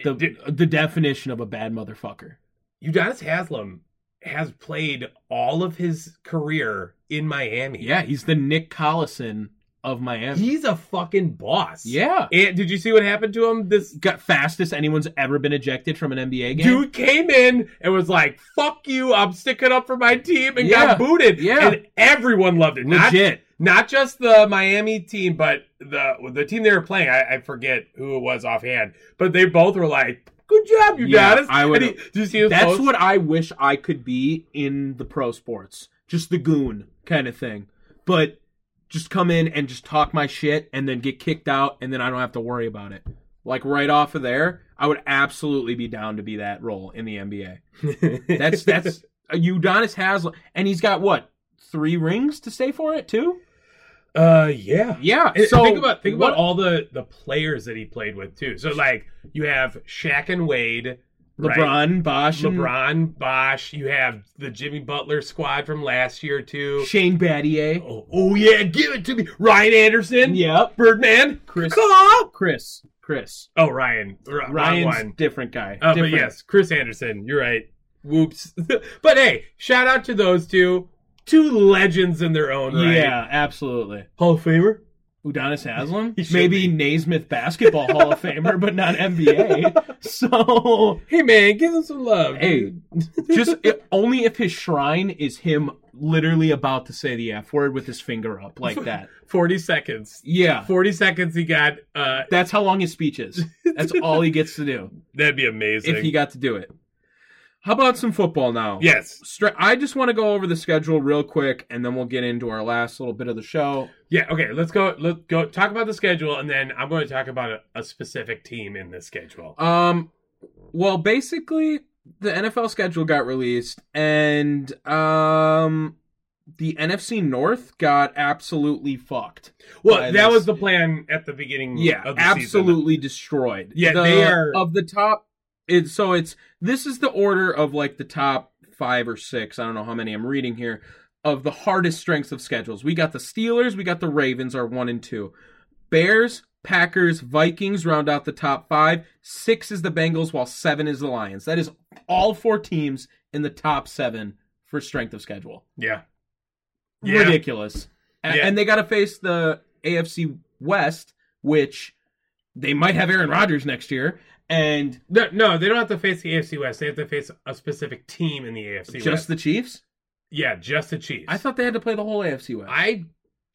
Speaker 1: the the definition of a bad motherfucker.
Speaker 2: Udonis Haslam has played all of his career in Miami.
Speaker 1: Yeah, he's the Nick Collison of Miami.
Speaker 2: He's a fucking boss.
Speaker 1: yeah.
Speaker 2: And did you see what happened to him? This
Speaker 1: got fastest anyone's ever been ejected from an NBA game.
Speaker 2: dude came in and was like, fuck you, I'm sticking up for my team and
Speaker 1: Yeah.
Speaker 2: got booted.
Speaker 1: Yeah.
Speaker 2: And everyone loved it. Not-
Speaker 1: legit.
Speaker 2: not just the Miami team, but the the team they were playing. I, I forget who it was offhand, but they both were like, "Good job, you
Speaker 1: Yeah,
Speaker 2: guys."
Speaker 1: I would-
Speaker 2: And he- Did you see his
Speaker 1: That's
Speaker 2: post?
Speaker 1: what I wish I could be in the pro sports. Just the goon kind of thing. But just come in and just talk my shit and then get kicked out and then I don't have to worry about it. Like right off of there, I would absolutely be down to be that role in the NBA. That's that's Udonis Haslam and he's got what? 3 rings to stay for it too?
Speaker 2: uh yeah.
Speaker 1: Yeah.
Speaker 2: And
Speaker 1: so
Speaker 2: think about think
Speaker 1: what-
Speaker 2: about all the the players that he played with too. So like you have Shaq and Wade, right?
Speaker 1: LeBron, Bosh, and
Speaker 2: LeBron, Bosh. You have the Jimmy Butler squad from last year too.
Speaker 1: Shane Battier.
Speaker 2: Oh, oh, yeah, give it to me, Ryan Anderson.
Speaker 1: Yep.
Speaker 2: Birdman,
Speaker 1: Chris-
Speaker 2: Caw.
Speaker 1: Chris. Chris.
Speaker 2: Oh, Ryan. R- wrong one.
Speaker 1: Ryan's different guy.
Speaker 2: Uh, but
Speaker 1: different.
Speaker 2: yes, Chris Anderson. You're right. Whoops. but hey, shout out to those two. Two legends in their own right.
Speaker 1: Yeah, absolutely.
Speaker 2: Hall of Famer.
Speaker 1: Udonis Haslam,
Speaker 2: He should
Speaker 1: maybe Naismith basketball Hall of Famer, but not NBA. So
Speaker 2: Hey man, give him some love.
Speaker 1: hey,
Speaker 2: dude.
Speaker 1: just i only if his shrine is him literally about to say the F word with his finger up like that.
Speaker 2: forty seconds.
Speaker 1: Yeah,
Speaker 2: Forty seconds. He got. uh
Speaker 1: that's how long his speech is. That's all he gets to do
Speaker 2: That'd be amazing.
Speaker 1: if he got to do it. How about some football now?
Speaker 2: yes.
Speaker 1: Stra- I just want to go over the schedule real quick, and then we'll get into our last little bit of the show.
Speaker 2: Yeah. Okay. Let's go. Let's go talk about the schedule, and then I'm going to talk about a, a specific team in this schedule.
Speaker 1: Um, well, basically, the NFL schedule got released, and um, the NFC North got absolutely fucked. by
Speaker 2: well, that
Speaker 1: this.
Speaker 2: was the plan at the beginning.
Speaker 1: yeah,
Speaker 2: of the season.
Speaker 1: absolutely destroyed.
Speaker 2: Yeah,
Speaker 1: The-
Speaker 2: they are-
Speaker 1: of the top. It's so it's this is the order of like the top five or six. I don't know how many I'm reading here of the hardest strengths of schedules. We got the Steelers, we got the Ravens are one and two. Bears, Packers, Vikings round out the top five. Six is the Bengals, while seven is the Lions. That is all four teams in the top seven for strength of schedule.
Speaker 2: Yeah. Yeah.
Speaker 1: Ridiculous. A-
Speaker 2: Yeah.
Speaker 1: And they got to face the AFC West, which they might have Aaron Rodgers next year. And
Speaker 2: No, no, they don't have to face the AFC West. They have to face a specific team in the AFC
Speaker 1: just
Speaker 2: West.
Speaker 1: the Chiefs?
Speaker 2: yeah, just the Chiefs.
Speaker 1: I thought they had to play the whole AFC West.
Speaker 2: I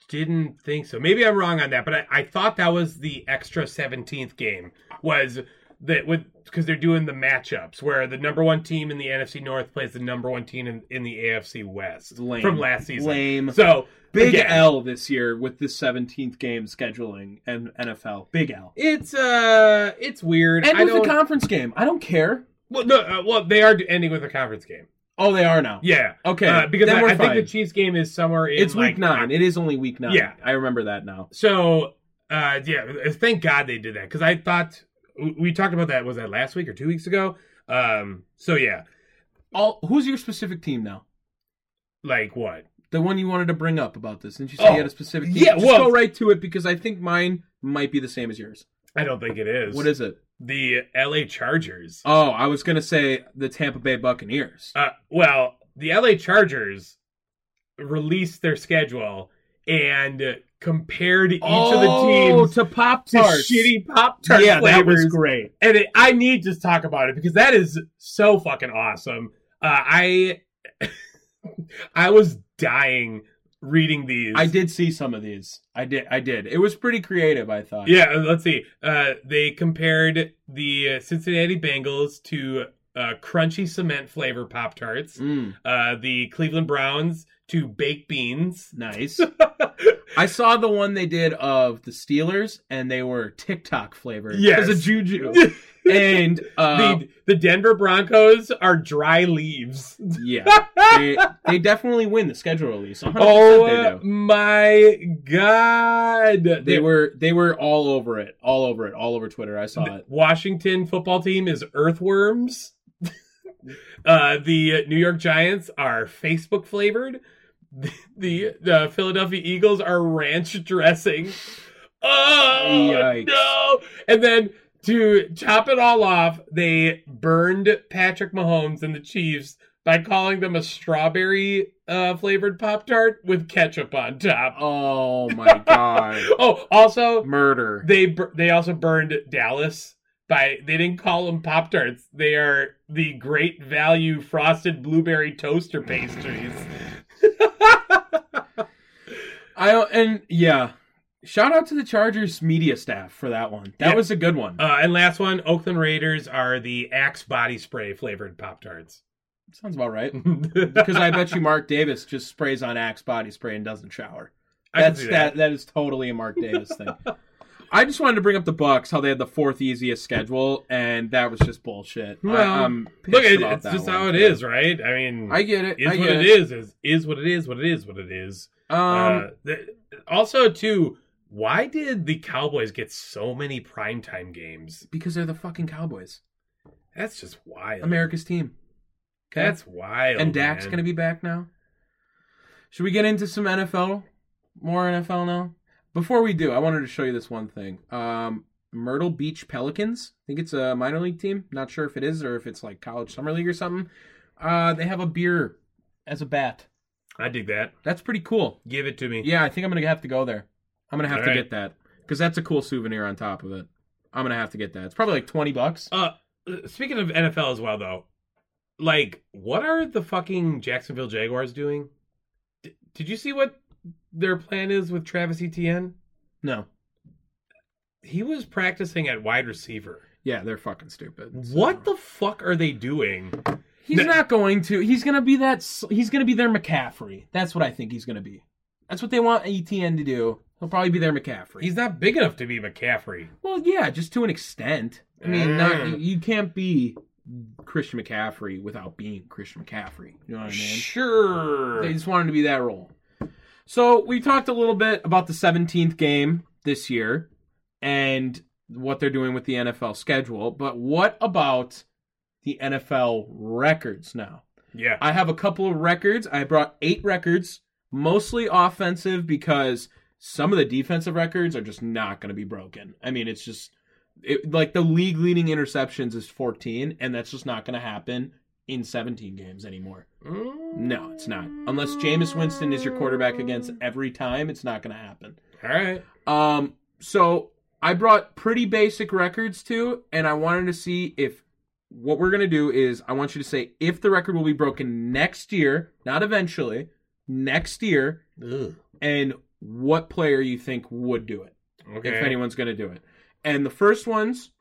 Speaker 2: didn't think so. Maybe I'm wrong on that, but I, I thought that was the extra 17th game was that with because they're doing the matchups where the number one team in the NFC North plays the number one team in, in the AFC West
Speaker 1: Lame.
Speaker 2: from last season.
Speaker 1: Lame.
Speaker 2: So
Speaker 1: Big
Speaker 2: again,
Speaker 1: L this year with the 17th game scheduling and NFL. Big L.
Speaker 2: It's uh, it's weird.
Speaker 1: And
Speaker 2: I
Speaker 1: with the
Speaker 2: don't.
Speaker 1: conference game. I don't care.
Speaker 2: well, no, uh, well, they are ending with a conference game.
Speaker 1: Oh, they are now.
Speaker 2: Yeah.
Speaker 1: Okay,
Speaker 2: Uh, because
Speaker 1: then
Speaker 2: I,
Speaker 1: we're
Speaker 2: I think
Speaker 1: fine.
Speaker 2: the Chiefs game is somewhere in
Speaker 1: It's
Speaker 2: like,
Speaker 1: week nine. It is only week nine.
Speaker 2: Yeah.
Speaker 1: I remember that now.
Speaker 2: So, uh, yeah, thank God they did that because I thought we- we talked about that. Was that last week or two weeks ago? Um, so yeah,
Speaker 1: All who's your specific team now?
Speaker 2: like what?
Speaker 1: The one you wanted to bring up about this, and you said
Speaker 2: Oh,
Speaker 1: you had a specific team.
Speaker 2: yeah,
Speaker 1: Just
Speaker 2: well-
Speaker 1: go right to it because I think mine might be the same as yours.
Speaker 2: I don't think it is.
Speaker 1: What is it?
Speaker 2: the L.A. Chargers?
Speaker 1: Oh, I was gonna say the Tampa Bay Buccaneers.
Speaker 2: Uh, well, the L.A. Chargers released their schedule, and compared each
Speaker 1: oh,
Speaker 2: of the teams
Speaker 1: to Pop
Speaker 2: to
Speaker 1: Tarts.
Speaker 2: shitty Pop Tart
Speaker 1: yeah,
Speaker 2: flavors.
Speaker 1: that was great.
Speaker 2: and it, I need to talk about it because that is so fucking awesome. Uh, I I was dying reading these.
Speaker 1: I did see some of these. I did. I did. It was pretty creative. I thought.
Speaker 2: Yeah, let's see. Uh, they compared the uh, Cincinnati Bengals to uh, crunchy cement flavor Pop Tarts,
Speaker 1: Mm,
Speaker 2: uh, the Cleveland Browns to baked beans.
Speaker 1: nice. I saw the one they did of the Steelers, and they were TikTok flavored.
Speaker 2: Yes.
Speaker 1: As a juju. and uh,
Speaker 2: the the Denver Broncos are dry leaves.
Speaker 1: yeah, they, they definitely win the schedule release. 100% they
Speaker 2: Oh
Speaker 1: do.
Speaker 2: my god!
Speaker 1: They were they were all over it, all over it, all over Twitter. I saw it.
Speaker 2: Washington football team is earthworms. uh, the New York Giants are Facebook flavored. The, the the Philadelphia Eagles are ranch dressing. Oh
Speaker 1: Yikes.
Speaker 2: no! And then to chop it all off, they burned Patrick Mahomes and the Chiefs by calling them a strawberry uh, flavored Pop Tart with ketchup on top.
Speaker 1: Oh my god,
Speaker 2: Oh, also
Speaker 1: murder!
Speaker 2: they bur- they also burned Dallas by they didn't call them pop tarts. They are the Great Value frosted blueberry toaster pastries.
Speaker 1: I and yeah, shout out to the Chargers media staff for that one. That
Speaker 2: Yeah.
Speaker 1: was a good one.
Speaker 2: Uh, and last one, Oakland Raiders are the Axe body spray flavored pop tarts.
Speaker 1: Sounds about right.
Speaker 2: because
Speaker 1: Because I bet you Mark Davis just sprays on Axe body spray and doesn't shower.
Speaker 2: I can
Speaker 1: That's
Speaker 2: see
Speaker 1: that.
Speaker 2: that.
Speaker 1: that is totally a Mark Davis thing. I just wanted to bring up the Bucks, how they had the fourth easiest schedule, and that was just bullshit.
Speaker 2: Well,
Speaker 1: I, am
Speaker 2: look, it, it's just how it is, right? I mean,
Speaker 1: I get it.
Speaker 2: is
Speaker 1: I
Speaker 2: what
Speaker 1: get
Speaker 2: it
Speaker 1: it.
Speaker 2: is. Is is what it is. What it is. What it is.
Speaker 1: Um,
Speaker 2: uh, th- also, too, why did the Cowboys get so many primetime games?
Speaker 1: because they're the fucking Cowboys,
Speaker 2: That's just wild.
Speaker 1: America's team. Okay?
Speaker 2: That's wild.
Speaker 1: and Dak's
Speaker 2: man.
Speaker 1: gonna be back now. Should we get into some NFL? More NFL now? Before we do, I wanted to show you this one thing. Um, Myrtle Beach Pelicans. I think it's a minor league team. Not sure if it is or if it's like college summer league or something. Uh, they have a beer as a bat.
Speaker 2: I dig that.
Speaker 1: That's pretty cool.
Speaker 2: Give it to me.
Speaker 1: Yeah, I think I'm gonna have to go there. I'm gonna have to
Speaker 2: Alright.
Speaker 1: get that because that's a cool souvenir on top of it. I'm gonna have to get that. It's probably like twenty bucks.
Speaker 2: Uh, speaking of NFL as well, though, like, what are the fucking Jacksonville Jaguars doing? D- did you see what their plan is with Travis Etienne?
Speaker 1: No.
Speaker 2: He was practicing at wide receiver.
Speaker 1: Yeah, they're fucking stupid. so-
Speaker 2: What the fuck are they doing?
Speaker 1: He's
Speaker 2: No.
Speaker 1: not going to. He's going to be that. s- He's going to be their McCaffrey. That's what I think he's going to be. That's what they want ETN to do. He'll probably be their McCaffrey.
Speaker 2: He's not big enough to be McCaffrey.
Speaker 1: well, yeah, just to an extent. I mean, not,
Speaker 2: Mm.
Speaker 1: you can't be Christian McCaffrey without being Christian McCaffrey. You know
Speaker 2: Oh,
Speaker 1: what I mean?
Speaker 2: Sure.
Speaker 1: They just wanted to be that role. So we talked a little bit about the 17th game this year and what they're doing with the NFL schedule, but what about the NFL records now?
Speaker 2: yeah.
Speaker 1: I have a couple of records. I brought eight records, mostly offensive because some of the defensive records are just not going to be broken. I mean, it's just it, like the league leading interceptions is 14, and that's just not going to happen in 17 games anymore.
Speaker 2: Mm,
Speaker 1: No, it's not. Unless Jameis Winston is your quarterback against every time, it's not going to happen.
Speaker 2: All right.
Speaker 1: Um, so I brought pretty basic records too, and I wanted to see if what we're gonna do is I want you to say if the record will be broken next year, not eventually, next year, and what player you think would do it,
Speaker 2: Okay.
Speaker 1: if anyone's gonna do it. And the first ones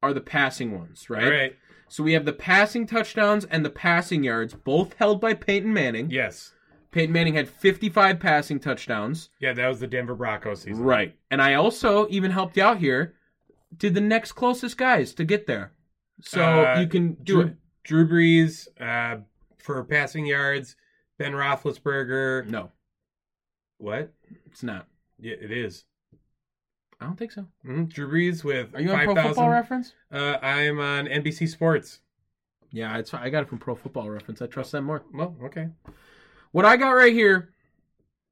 Speaker 1: are the passing ones, right?
Speaker 2: All right.
Speaker 1: So we have the passing touchdowns and the passing yards, both held by Peyton Manning.
Speaker 2: Yes.
Speaker 1: Peyton Manning had 55 passing touchdowns.
Speaker 2: Yeah, that was the Denver Broncos season.
Speaker 1: Right. And I also even helped you out here. Did the next closest guys to get there. So
Speaker 2: Uh,
Speaker 1: you can do
Speaker 2: Drew,
Speaker 1: it.
Speaker 2: Drew Brees uh, for passing yards. Ben Roethlisberger.
Speaker 1: No,
Speaker 2: What?
Speaker 1: it's not.
Speaker 2: Yeah, it is.
Speaker 1: I don't think so.
Speaker 2: Mhm. Drew Brees with
Speaker 1: Are you on
Speaker 2: 5,000.
Speaker 1: Pro Football Reference?
Speaker 2: Uh, I'm on NBC Sports.
Speaker 1: Yeah, it's I got it from Pro Football Reference. I trust them more.
Speaker 2: Well, okay.
Speaker 1: What I got right here.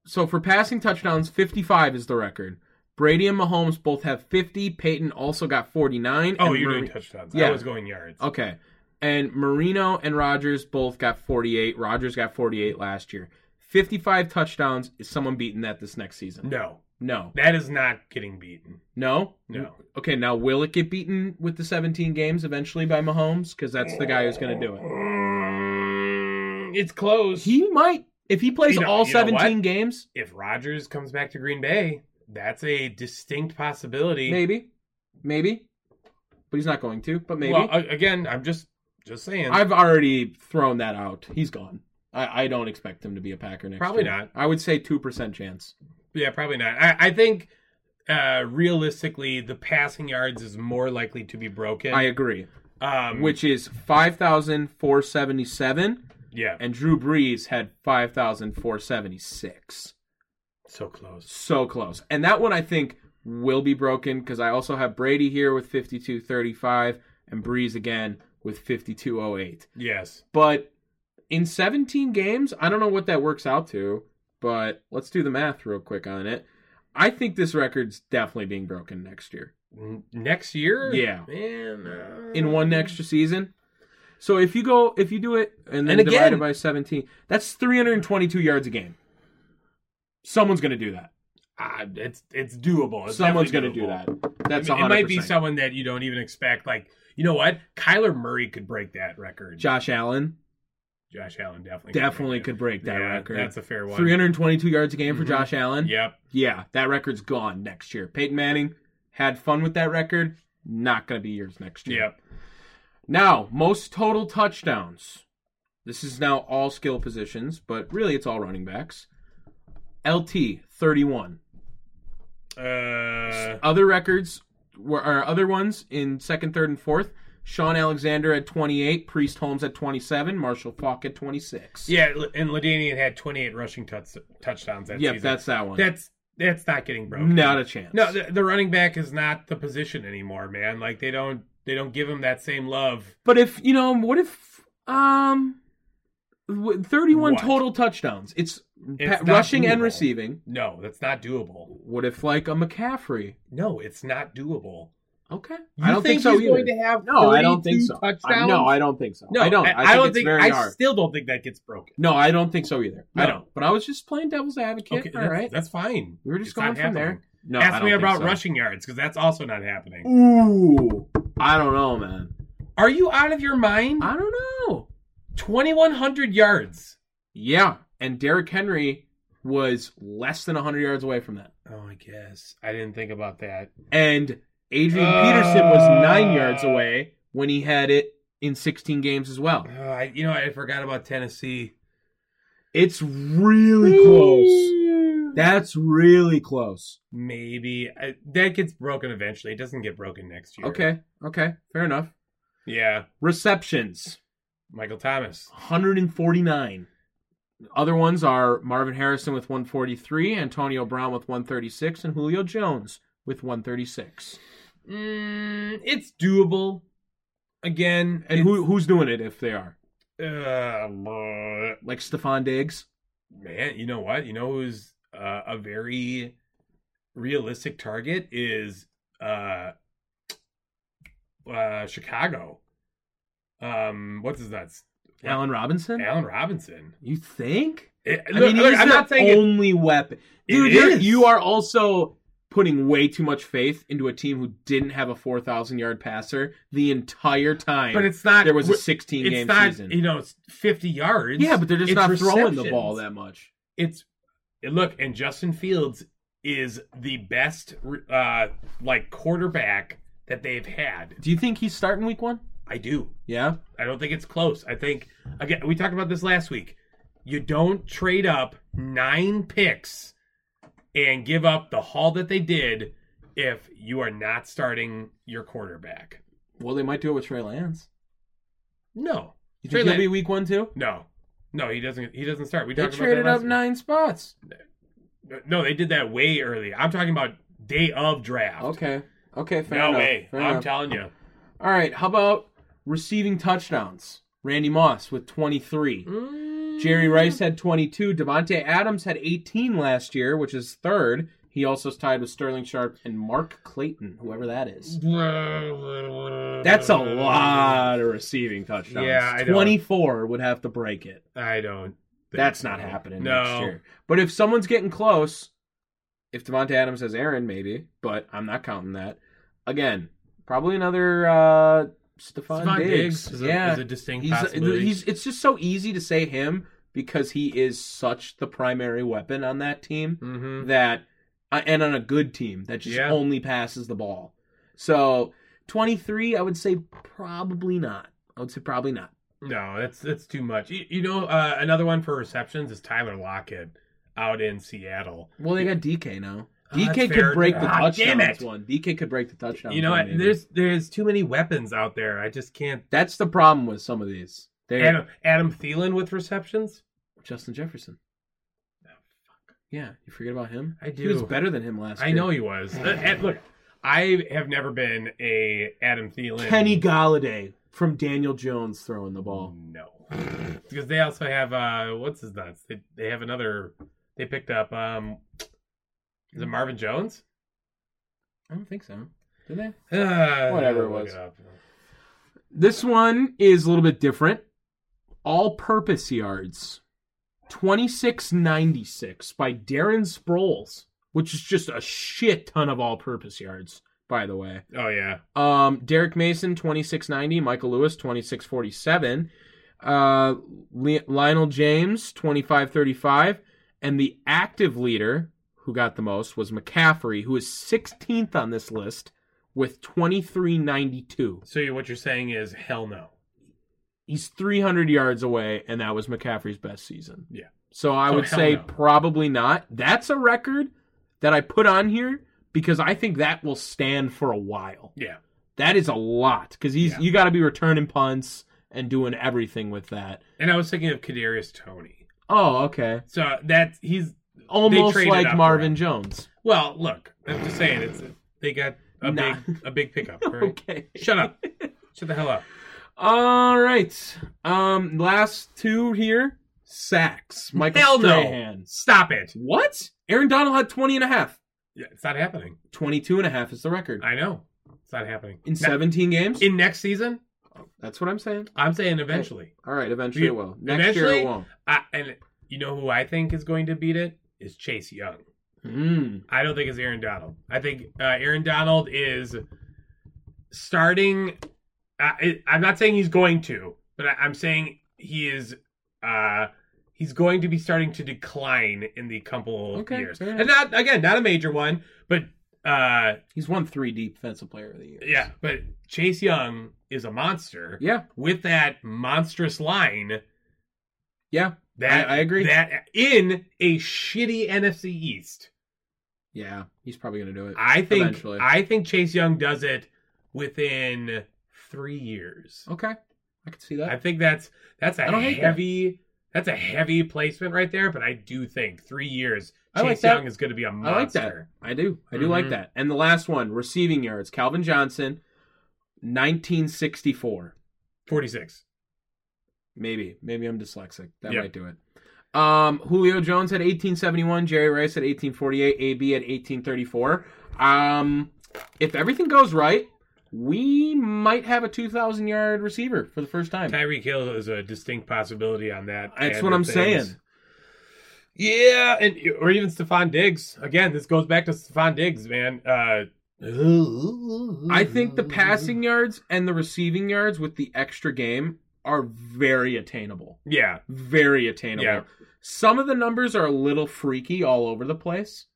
Speaker 1: So for passing touchdowns, 55 is the record. Brady and Mahomes both have 50. Peyton also got 49.
Speaker 2: Oh,
Speaker 1: and
Speaker 2: you're
Speaker 1: Murray-
Speaker 2: doing touchdowns.
Speaker 1: Yeah.
Speaker 2: I was going yards.
Speaker 1: Okay. And Marino and Rogers both got 48. Rogers got 48 last year. 55 touchdowns. Is someone beating that this next season?
Speaker 2: No,
Speaker 1: No.
Speaker 2: that is not getting beaten.
Speaker 1: No?
Speaker 2: No.
Speaker 1: Okay, now will it get beaten with the 17 games eventually by Mahomes? Because that's the guy who's going to do it.
Speaker 2: Mm, It's close.
Speaker 1: He might. If he plays
Speaker 2: You know-
Speaker 1: all
Speaker 2: you know what?
Speaker 1: 17 games,
Speaker 2: if Rodgers comes back to Green Bay, that's a distinct possibility.
Speaker 1: maybe. Maybe. But he's not going to, but maybe.
Speaker 2: Well, a- again, I'm just just saying.
Speaker 1: I've already thrown that out. He's gone. I, I don't expect him to be a Packer next
Speaker 2: Probably
Speaker 1: year.
Speaker 2: not.
Speaker 1: I would say 2% chance.
Speaker 2: yeah, probably not. I, I think uh realistically, the passing yards is more likely to be broken.
Speaker 1: I agree.
Speaker 2: um,
Speaker 1: Which is 5,477,
Speaker 2: yeah,
Speaker 1: and Drew Brees had 5,476.
Speaker 2: so close.
Speaker 1: So close. And that one I think will be broken because I also have Brady here with 52.35 and Breeze again with 52.08.
Speaker 2: Yes,
Speaker 1: But in 17 games, I don't know what that works out to, but let's do the math real quick on it. I think this record's definitely being broken next year
Speaker 2: N- next year.
Speaker 1: Yeah.
Speaker 2: man. uh,
Speaker 1: in one extra season. So if you go, if you do it and then
Speaker 2: And again-
Speaker 1: divide it by 17, that's 322 yards a game. Someone's going to do that.
Speaker 2: ah, it's it's doable. Oh, It's
Speaker 1: Someone's going to do
Speaker 2: definitely doable.
Speaker 1: that. That's
Speaker 2: I mean,
Speaker 1: 100%.
Speaker 2: it might be someone that you don't even expect. Like you know what, Kyler Murray could break that record.
Speaker 1: Josh Allen
Speaker 2: Josh Allen definitely
Speaker 1: definitely
Speaker 2: break
Speaker 1: could break
Speaker 2: it.
Speaker 1: that
Speaker 2: Yeah,
Speaker 1: record.
Speaker 2: That's a fair one.
Speaker 1: 322 yards a game
Speaker 2: Mm-hmm.
Speaker 1: for Josh Allen.
Speaker 2: Yep.
Speaker 1: Yeah, that record's gone next year. Peyton Manning had fun with that record. Not going to be yours next year.
Speaker 2: Yep.
Speaker 1: Now, most total touchdowns. This is now all skill positions, but really it's all running backs. LT 31.
Speaker 2: Uh,
Speaker 1: Other records were or other ones in second, third, and fourth. Sean Alexander at 28, Priest Holmes at 27, Marshall Falk at 26.
Speaker 2: yeah, and Ladainian had 28 rushing touch, touchdowns that
Speaker 1: Yep,
Speaker 2: season.
Speaker 1: that's that one.
Speaker 2: that's that's not getting broken.
Speaker 1: Not a chance.
Speaker 2: No, the, the running back is not the position anymore, man. Like they don't they don't give him that same love.
Speaker 1: But if you know, what if um, w- thirty-one
Speaker 2: What?
Speaker 1: total touchdowns? It's,
Speaker 2: It's
Speaker 1: pa-
Speaker 2: not
Speaker 1: rushing and
Speaker 2: doable.
Speaker 1: receiving.
Speaker 2: No, that's not doable.
Speaker 1: What if like a McCaffrey?
Speaker 2: No, it's not doable.
Speaker 1: Okay,
Speaker 2: You
Speaker 1: I don't think,
Speaker 2: think
Speaker 1: so
Speaker 2: he's
Speaker 1: either.
Speaker 2: going to have
Speaker 1: no, I don't
Speaker 2: 32
Speaker 1: think so. I-
Speaker 2: touchdowns?
Speaker 1: no, I don't think so. I don't. I, think it's very
Speaker 2: I
Speaker 1: hard.
Speaker 2: still don't think that gets broken.
Speaker 1: no, I don't think so either. I
Speaker 2: No.
Speaker 1: don't. But I was just playing devil's advocate.
Speaker 2: Okay,
Speaker 1: all
Speaker 2: that's,
Speaker 1: right,
Speaker 2: that's fine.
Speaker 1: we were just
Speaker 2: It's
Speaker 1: going
Speaker 2: not
Speaker 1: from there.
Speaker 2: happening.
Speaker 1: No, I
Speaker 2: Ask
Speaker 1: don't
Speaker 2: me
Speaker 1: think
Speaker 2: about
Speaker 1: so.
Speaker 2: rushing yards because that's also not happening.
Speaker 1: Ooh, I don't know, man.
Speaker 2: Are you out of your mind?
Speaker 1: I don't know.
Speaker 2: 2100 yards.
Speaker 1: Yeah, and Derrick Henry was less than hundred yards away from that.
Speaker 2: Oh, I guess I didn't think about that.
Speaker 1: and Adrian
Speaker 2: Uh,
Speaker 1: Peterson was nine yards away when he had it in 16 games as well.
Speaker 2: Oh, I, you know, I forgot about Tennessee.
Speaker 1: It's really close. That's really close.
Speaker 2: Maybe I, that gets broken eventually. It doesn't get broken next year.
Speaker 1: Okay, okay, fair enough.
Speaker 2: Yeah,
Speaker 1: Receptions
Speaker 2: Michael Thomas.
Speaker 1: 149. Other ones are Marvin Harrison with 143, Antonio Brown with 136, and Julio Jones with 136.
Speaker 2: Mm, it's doable. Again,
Speaker 1: And who who's doing it if they are?
Speaker 2: who? Uh, bleh.
Speaker 1: Like Stefan Diggs?
Speaker 2: man, you know what? You know who's uh, a very realistic target is uh, uh, Chicago. Um, what's his nuts?
Speaker 1: Allen Robinson?
Speaker 2: Allen Robinson.
Speaker 1: You think?
Speaker 2: It-
Speaker 1: I
Speaker 2: look-
Speaker 1: mean,
Speaker 2: look,
Speaker 1: he's
Speaker 2: I'm
Speaker 1: their
Speaker 2: not saying it-
Speaker 1: only weapon. Dude,
Speaker 2: It
Speaker 1: you're-
Speaker 2: is.
Speaker 1: you are also putting way too much faith into a team who didn't have a 4,000 yard passer the entire time.
Speaker 2: but it's not.
Speaker 1: there was a
Speaker 2: it's
Speaker 1: 16 game
Speaker 2: not.
Speaker 1: season.
Speaker 2: You know, it's 50 yards.
Speaker 1: yeah, but they're just
Speaker 2: It's
Speaker 1: not throwing the
Speaker 2: receptions.
Speaker 1: ball that much.
Speaker 2: It's and look, and Justin Fields is the best uh like quarterback that they've had.
Speaker 1: Do you think he's starting week one?
Speaker 2: I do.
Speaker 1: Yeah.
Speaker 2: I don't think it's close. I think again we talked about this last week. You don't trade up nine picks and give up the haul that they did if you are not starting your quarterback.
Speaker 1: Well, they might do it with Trey Lance.
Speaker 2: No.
Speaker 1: You
Speaker 2: Trey
Speaker 1: think he'll
Speaker 2: Lan-
Speaker 1: be week one too?
Speaker 2: No. No, he doesn't he doesn't start. We
Speaker 1: They
Speaker 2: talked about
Speaker 1: traded
Speaker 2: that last
Speaker 1: up
Speaker 2: week.
Speaker 1: nine spots.
Speaker 2: No, they did that way early. I'm talking about day of draft.
Speaker 1: Okay. Okay, fair
Speaker 2: no
Speaker 1: enough.
Speaker 2: way.
Speaker 1: Fair
Speaker 2: I'm
Speaker 1: enough.
Speaker 2: telling you.
Speaker 1: All right, how about receiving touchdowns? Randy Moss with
Speaker 2: Mm.
Speaker 1: 23. Jerry Rice had 22. Devontae Adams had 18 last year, which is third. He also is tied with Sterling Sharp and Mark Clayton, whoever that is. That's a lot of receiving touchdowns.
Speaker 2: Uh, Yeah, I know.
Speaker 1: 24 would have to break it.
Speaker 2: I don't think
Speaker 1: That's
Speaker 2: so.
Speaker 1: not happening
Speaker 2: No.
Speaker 1: next year. But if someone's getting close, if Devonte Adams has Aaron, maybe, but I'm not counting that. Again, probably another uh Stephon,
Speaker 2: Stephon
Speaker 1: Diggs.
Speaker 2: Diggs is a-
Speaker 1: yeah.
Speaker 2: is a distinct
Speaker 1: he's,
Speaker 2: possibility.
Speaker 1: he's it's just so easy to say him because he is such the primary weapon on that team
Speaker 2: Mhm.
Speaker 1: that uh, and on a good team that just
Speaker 2: Yeah.
Speaker 1: only passes the ball. So 23, I would say probably not. I would say probably not.
Speaker 2: No, that's that's too much. You, you know, uh, another one for receptions is Tyler Lockett out in Seattle.
Speaker 1: Well, they got DK now.
Speaker 2: Oh, that's
Speaker 1: DK
Speaker 2: fair.
Speaker 1: could break the
Speaker 2: Ah, damn
Speaker 1: touchdown
Speaker 2: it.
Speaker 1: one. DK could break the touchdown.
Speaker 2: you know,
Speaker 1: one,
Speaker 2: what?
Speaker 1: maybe.
Speaker 2: there's there's too many weapons out there. I just can't.
Speaker 1: that's the problem with some of these. They
Speaker 2: Adam Adam Thielen with receptions.
Speaker 1: Justin Jefferson. Yeah, you forget about him.
Speaker 2: Oh, I
Speaker 1: He was
Speaker 2: do.
Speaker 1: better than him last year.
Speaker 2: I know he was. Uh, and look, I have never been a Adam Thielen.
Speaker 1: Kenny Galladay from Daniel Jones throwing the ball.
Speaker 2: No, because they also have uh, what's his nuts? They they have another. They picked up um, is it Marvin Jones?
Speaker 1: I don't think so. Did they?
Speaker 2: Uh,
Speaker 1: Whatever it
Speaker 2: look
Speaker 1: was.
Speaker 2: up.
Speaker 1: This one is a little bit different. All purpose yards. 2696 by Darren Sproles, which is just a shit ton of all purpose yards, by the way.
Speaker 2: Oh yeah.
Speaker 1: Um, Derek Mason, 2690. Michael Lewis, 2647. Uh, Le- Lionel James, 2535. And the active leader who got the most was McCaffrey, who is 16th on this list with 2392.
Speaker 2: So you- what you're saying is hell no.
Speaker 1: He's 300 yards away, and that was McCaffrey's best season.
Speaker 2: Yeah.
Speaker 1: So I
Speaker 2: So
Speaker 1: would
Speaker 2: hell
Speaker 1: say
Speaker 2: no.
Speaker 1: probably not. That's a record that I put on here because I think that will stand for a while.
Speaker 2: Yeah.
Speaker 1: That is a lot because he's
Speaker 2: Yeah.
Speaker 1: you got to be returning punts and doing everything with that.
Speaker 2: And I was thinking of Kadarius Tony.
Speaker 1: Oh, okay,
Speaker 2: So that he's
Speaker 1: almost
Speaker 2: traded
Speaker 1: like
Speaker 2: up
Speaker 1: Marvin
Speaker 2: for
Speaker 1: Jones.
Speaker 2: well. Look, I'm just saying it's they got a
Speaker 1: Nah.
Speaker 2: big a big pickup. Right?
Speaker 1: Okay,
Speaker 2: Shut up. Shut the hell up.
Speaker 1: All right, um, last two here: sacks. Michael
Speaker 2: Hell no.
Speaker 1: Strahan.
Speaker 2: Stop it.
Speaker 1: What? Aaron Donald had 20 and a half.
Speaker 2: Yeah, it's not happening.
Speaker 1: 22 and a half is the record
Speaker 2: I know. It's not happening.
Speaker 1: in
Speaker 2: Now-
Speaker 1: 17 games.
Speaker 2: in next season.
Speaker 1: That's what I'm saying.
Speaker 2: I'm saying eventually.
Speaker 1: All right, eventually it will. Next year
Speaker 2: Eventually-
Speaker 1: it won't.
Speaker 2: I, and you know who I think is going to beat it is Chase Young.
Speaker 1: Mm.
Speaker 2: I don't think it's Aaron Donald. I think uh, Aaron Donald is starting. uh, I, I'm not saying he's going to, but I, I'm saying he is. Uh, he's going to be starting to decline in the couple
Speaker 1: Okay,
Speaker 2: years,
Speaker 1: fair
Speaker 2: and not again, not a major one, but uh,
Speaker 1: He's won three defensive player of the year.
Speaker 2: yeah. But Chase Young is a monster.
Speaker 1: Yeah.
Speaker 2: with that monstrous line.
Speaker 1: Yeah.
Speaker 2: That
Speaker 1: I- I agree.
Speaker 2: That in a shitty NFC East,
Speaker 1: Yeah. He's probably going to do it.
Speaker 2: I think
Speaker 1: Eventually.
Speaker 2: I think Chase Young does it within three years.
Speaker 1: okay. I can see that.
Speaker 2: I think that's that's a
Speaker 1: Oh, I don't hate that.
Speaker 2: heavy that's a heavy placement right there. But I do think three years
Speaker 1: I
Speaker 2: Chase
Speaker 1: like that.
Speaker 2: Young is going to be a
Speaker 1: I like that.
Speaker 2: monster.
Speaker 1: I do. I do like
Speaker 2: Mhm.
Speaker 1: that. And the last one, receiving yards, Calvin Johnson, 1964.
Speaker 2: Forty six.
Speaker 1: Maybe. Maybe I'm dyslexic. That
Speaker 2: Yeah.
Speaker 1: might do it. Um, Julio Jones at 1871, Jerry Rice at 1848, AB at 1834. Um, if everything goes right, we might have a 2,000 yard receiver for the first time.
Speaker 2: Tyreek Hill is a distinct possibility on that.
Speaker 1: That's
Speaker 2: end
Speaker 1: what
Speaker 2: of
Speaker 1: I'm
Speaker 2: things.
Speaker 1: saying.
Speaker 2: Yeah, and or even Stephon Diggs. Again, this goes back to Stephon Diggs, man. Uh,
Speaker 1: I think the passing yards and the receiving yards with the extra game are very attainable.
Speaker 2: Yeah,
Speaker 1: Very attainable.
Speaker 2: Yeah.
Speaker 1: Some of the numbers are a little freaky all over the place.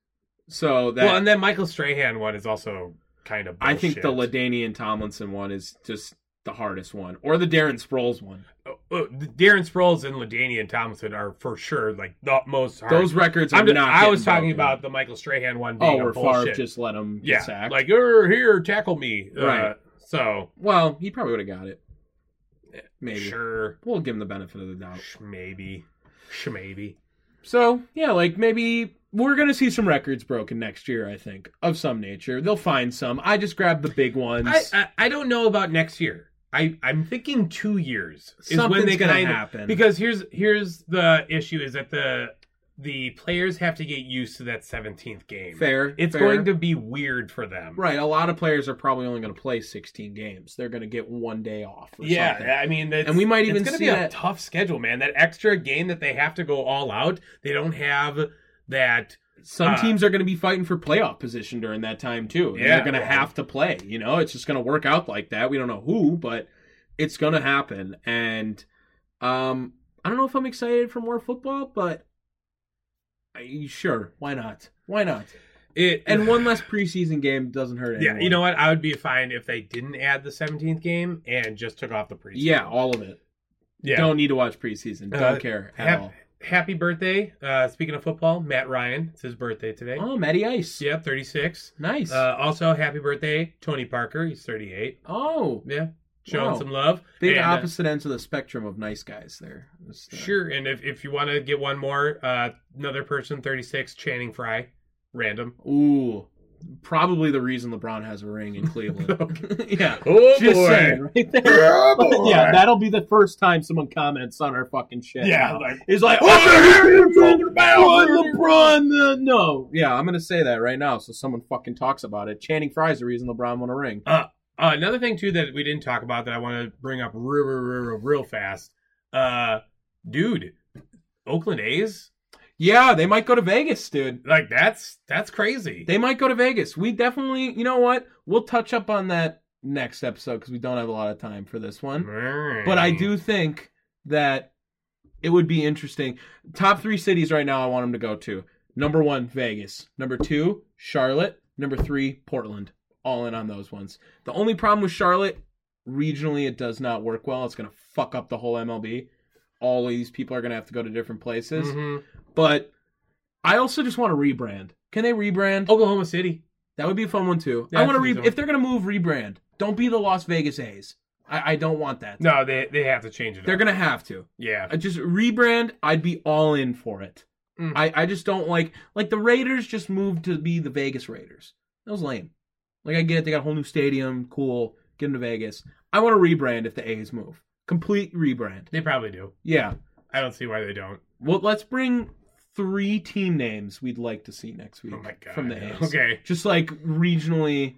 Speaker 1: So that
Speaker 2: well, and then Michael Strahan one is also kind of.
Speaker 1: I think the
Speaker 2: bullshit.
Speaker 1: Ladanian Tomlinson one is just the hardest one, or the Darren Sproles one.
Speaker 2: Oh, oh, Darren Sproles and Ladanian Thompson are for sure like the most. Hard.
Speaker 1: Those records are
Speaker 2: I'm just,
Speaker 1: not.
Speaker 2: I was
Speaker 1: getting
Speaker 2: talking
Speaker 1: broken.
Speaker 2: about the Michael Strahan one.
Speaker 1: Oh,
Speaker 2: Being
Speaker 1: where
Speaker 2: a bullshit.
Speaker 1: Favre just let him
Speaker 2: yeah,
Speaker 1: get sacked.
Speaker 2: like you're here, tackle me. Uh,
Speaker 1: Right.
Speaker 2: So
Speaker 1: well, he probably would have got it. Maybe Oh.
Speaker 2: sure,
Speaker 1: we'll give him the benefit of the doubt.
Speaker 2: sh- maybe, sh- maybe.
Speaker 1: So yeah, like maybe we're gonna see some records broken next year. I think of some nature. They'll find some. I just grabbed the big ones.
Speaker 2: I, I I don't know about next year. I I'm thinking two years is when
Speaker 1: Something's
Speaker 2: they
Speaker 1: gonna
Speaker 2: kinda-
Speaker 1: happen.
Speaker 2: Because here's here's the issue is that the the players have to get used to that 17th game.
Speaker 1: Fair,
Speaker 2: It's
Speaker 1: fair.
Speaker 2: going to be weird for them.
Speaker 1: Right, a lot of players are probably only going to play 16 games. They're going to get one day off. Or
Speaker 2: Yeah,
Speaker 1: something.
Speaker 2: I mean, it's,
Speaker 1: And we might even
Speaker 2: it's gonna
Speaker 1: see
Speaker 2: be
Speaker 1: that-
Speaker 2: a tough schedule, man. That extra game that they have to go all out, they don't have that.
Speaker 1: Some
Speaker 2: uh,
Speaker 1: teams are going to be fighting for playoff position during that time too. and
Speaker 2: Yeah,
Speaker 1: they're going to
Speaker 2: well-
Speaker 1: have to play. You know, it's just going to work out like that. We don't know who, but it's going to happen. And um, I don't know if I'm excited for more football, but I, sure, why not? Why not?
Speaker 2: It
Speaker 1: And one less preseason game doesn't hurt anyone.
Speaker 2: Yeah, you know what? I would be fine if they didn't add the 17th game and just took off the preseason.
Speaker 1: Yeah, all of it.
Speaker 2: yeah.
Speaker 1: Don't need to watch preseason. Don't
Speaker 2: Uh,
Speaker 1: care at
Speaker 2: hap-
Speaker 1: all.
Speaker 2: Happy birthday! Uh, speaking of football, Matt Ryan. It's his birthday today.
Speaker 1: Oh, Matty Ice.
Speaker 2: Yeah, 36.
Speaker 1: Nice.
Speaker 2: Uh, also, happy birthday, Tony Parker. He's 38.
Speaker 1: oh,
Speaker 2: Yeah, showing
Speaker 1: Wow.
Speaker 2: some love.
Speaker 1: big
Speaker 2: And, uh,
Speaker 1: opposite ends of the spectrum of nice guys there. Just, uh,
Speaker 2: Sure, and if, if you want to get one more, uh, another person, 36, Channing Frye, random.
Speaker 1: Ooh, probably the reason LeBron has a ring in Cleveland. yeah.
Speaker 2: Oh
Speaker 1: Just saying, right there. yeah, that'll be the first time someone comments on our fucking shit.
Speaker 2: Yeah,
Speaker 1: now.
Speaker 2: like-
Speaker 1: it's like,
Speaker 2: What
Speaker 1: oh,
Speaker 2: the hell are you talking about?
Speaker 1: LeBron, LeBron, uh, no, yeah, I'm gonna say that right now, so someone fucking talks about it. Channing Frye's the reason LeBron won a ring.
Speaker 2: Uh, another thing too that we didn't talk about that I want to bring up real, real, real, real, real fast. Uh, dude, Oakland A's
Speaker 1: Yeah, they might go to Vegas, dude.
Speaker 2: like that's that's crazy.
Speaker 1: They might go to Vegas. We definitely, you know what? We'll touch up on that next episode because we don't have a lot of time for this one. But
Speaker 2: Mm.
Speaker 1: I do think that it would be interesting. Top three cities right now I want them to go to. Number one, Vegas. Number two, Charlotte. Number three, Portland. All in on those ones. The only problem with Charlotte, regionally, it does not work well. It's going to fuck up the whole MLB. All of these people are going to have to go to different places.
Speaker 2: Mhm.
Speaker 1: But I also just want to rebrand. Can they rebrand? Oh,
Speaker 2: Oklahoma City.
Speaker 1: That would be a fun one too.
Speaker 2: Yeah,
Speaker 1: I want to
Speaker 2: that's an
Speaker 1: re-
Speaker 2: easy one.
Speaker 1: if they're going to move rebrand. Don't be the Las Vegas A's. I, I don't want that.
Speaker 2: No, they they have to change it.
Speaker 1: They're
Speaker 2: up.
Speaker 1: gonna have to.
Speaker 2: yeah.
Speaker 1: I just rebrand. I'd be all in for it.
Speaker 2: Mm.
Speaker 1: I I just don't like like the Raiders just moved to be the Vegas Raiders. That was lame. Like I get it. They got a whole new stadium. Cool. Get them to Vegas. I want to rebrand if the A's move. Complete rebrand.
Speaker 2: They probably do.
Speaker 1: Yeah.
Speaker 2: I don't see why they don't.
Speaker 1: Well, let's bring three team names we'd like to see next week
Speaker 2: Oh my god.
Speaker 1: from the A's.
Speaker 2: Okay.
Speaker 1: Just like regionally,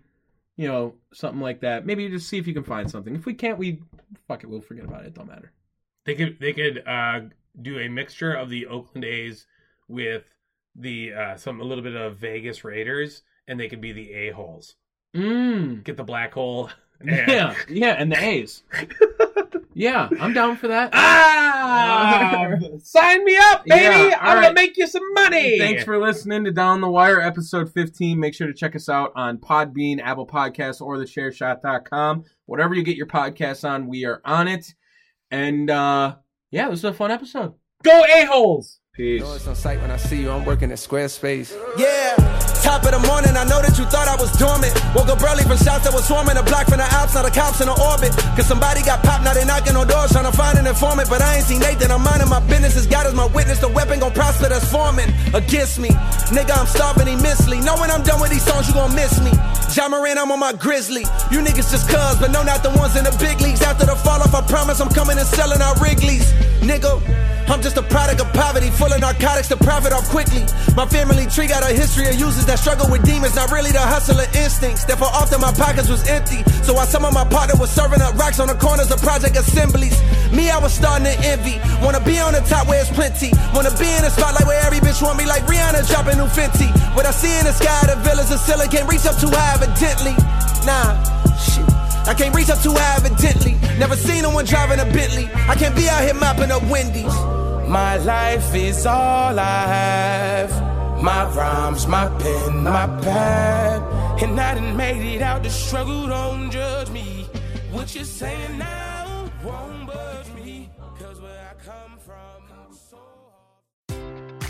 Speaker 1: you know, something like that. Maybe just see if you can find something. If we can't, we fuck it. We'll forget about it. It don't matter.
Speaker 2: They could they could uh, do a mixture of the Oakland A's with the uh, some a little bit of Vegas Raiders, and they could be the a holes.
Speaker 1: Mm.
Speaker 2: Get the black hole. and-
Speaker 1: Yeah, yeah, and the A's. yeah, I'm down for that.
Speaker 2: Ah! sign me up, baby!
Speaker 1: Yeah, all
Speaker 2: I'm
Speaker 1: right.
Speaker 2: gonna make you some money.
Speaker 1: Thanks for listening to Down the Wire, episode 15. Make sure to check us out on Podbean, Apple Podcasts, or theshareshot.com. Whatever you get your podcasts on, we are on it. And uh yeah, this is a fun episode.
Speaker 2: go a holes.
Speaker 1: Peace.
Speaker 4: Know it's on site when I see you. I'm working at Squarespace.
Speaker 3: Yeah, top of the morning. I know that you thought I was dormant. Woke up early from shots that was swarming. A block from the ops, now the cops in the orbit. Cause somebody got popped, now they knocking on doors trying to find an informant. But I ain't seen Nathan. I'm minding my business. As God is my witness, the weapon gon' prosper that's forming against me. Nigga, I'm starving immensely. Know when I'm done with these songs, you gon' miss me. John Moran, I'm on my grizzly. You niggas just cuz, but no, not the ones in the big leagues. After the fall off, I promise I'm coming and selling our Wrigley's. Nigga, I'm just a product of poverty, full of narcotics to profit off quickly. My family tree got a history of users that struggle with demons, not really the hustler instincts. Therefore, often my pockets was empty. So while some of my partner was serving up rocks on the corners of project assemblies, me, I was starting to envy. Wanna be on the top where it's plenty. Wanna be in the spotlight where every bitch want me, like Rihanna dropping new Fenty. What I see in the sky, the villas of Scylla can't reach up too high evidently. Nah, shit. I can't reach up too high evidently. Never seen no one driving a Bentley. I can't be out here mopping up Wendy's.
Speaker 4: My life is all I have. My rhymes, my pen, my pad. And I done made it out. The struggle don't judge me. What you saying now won't budge me. Cause where I come from, I'm so hard.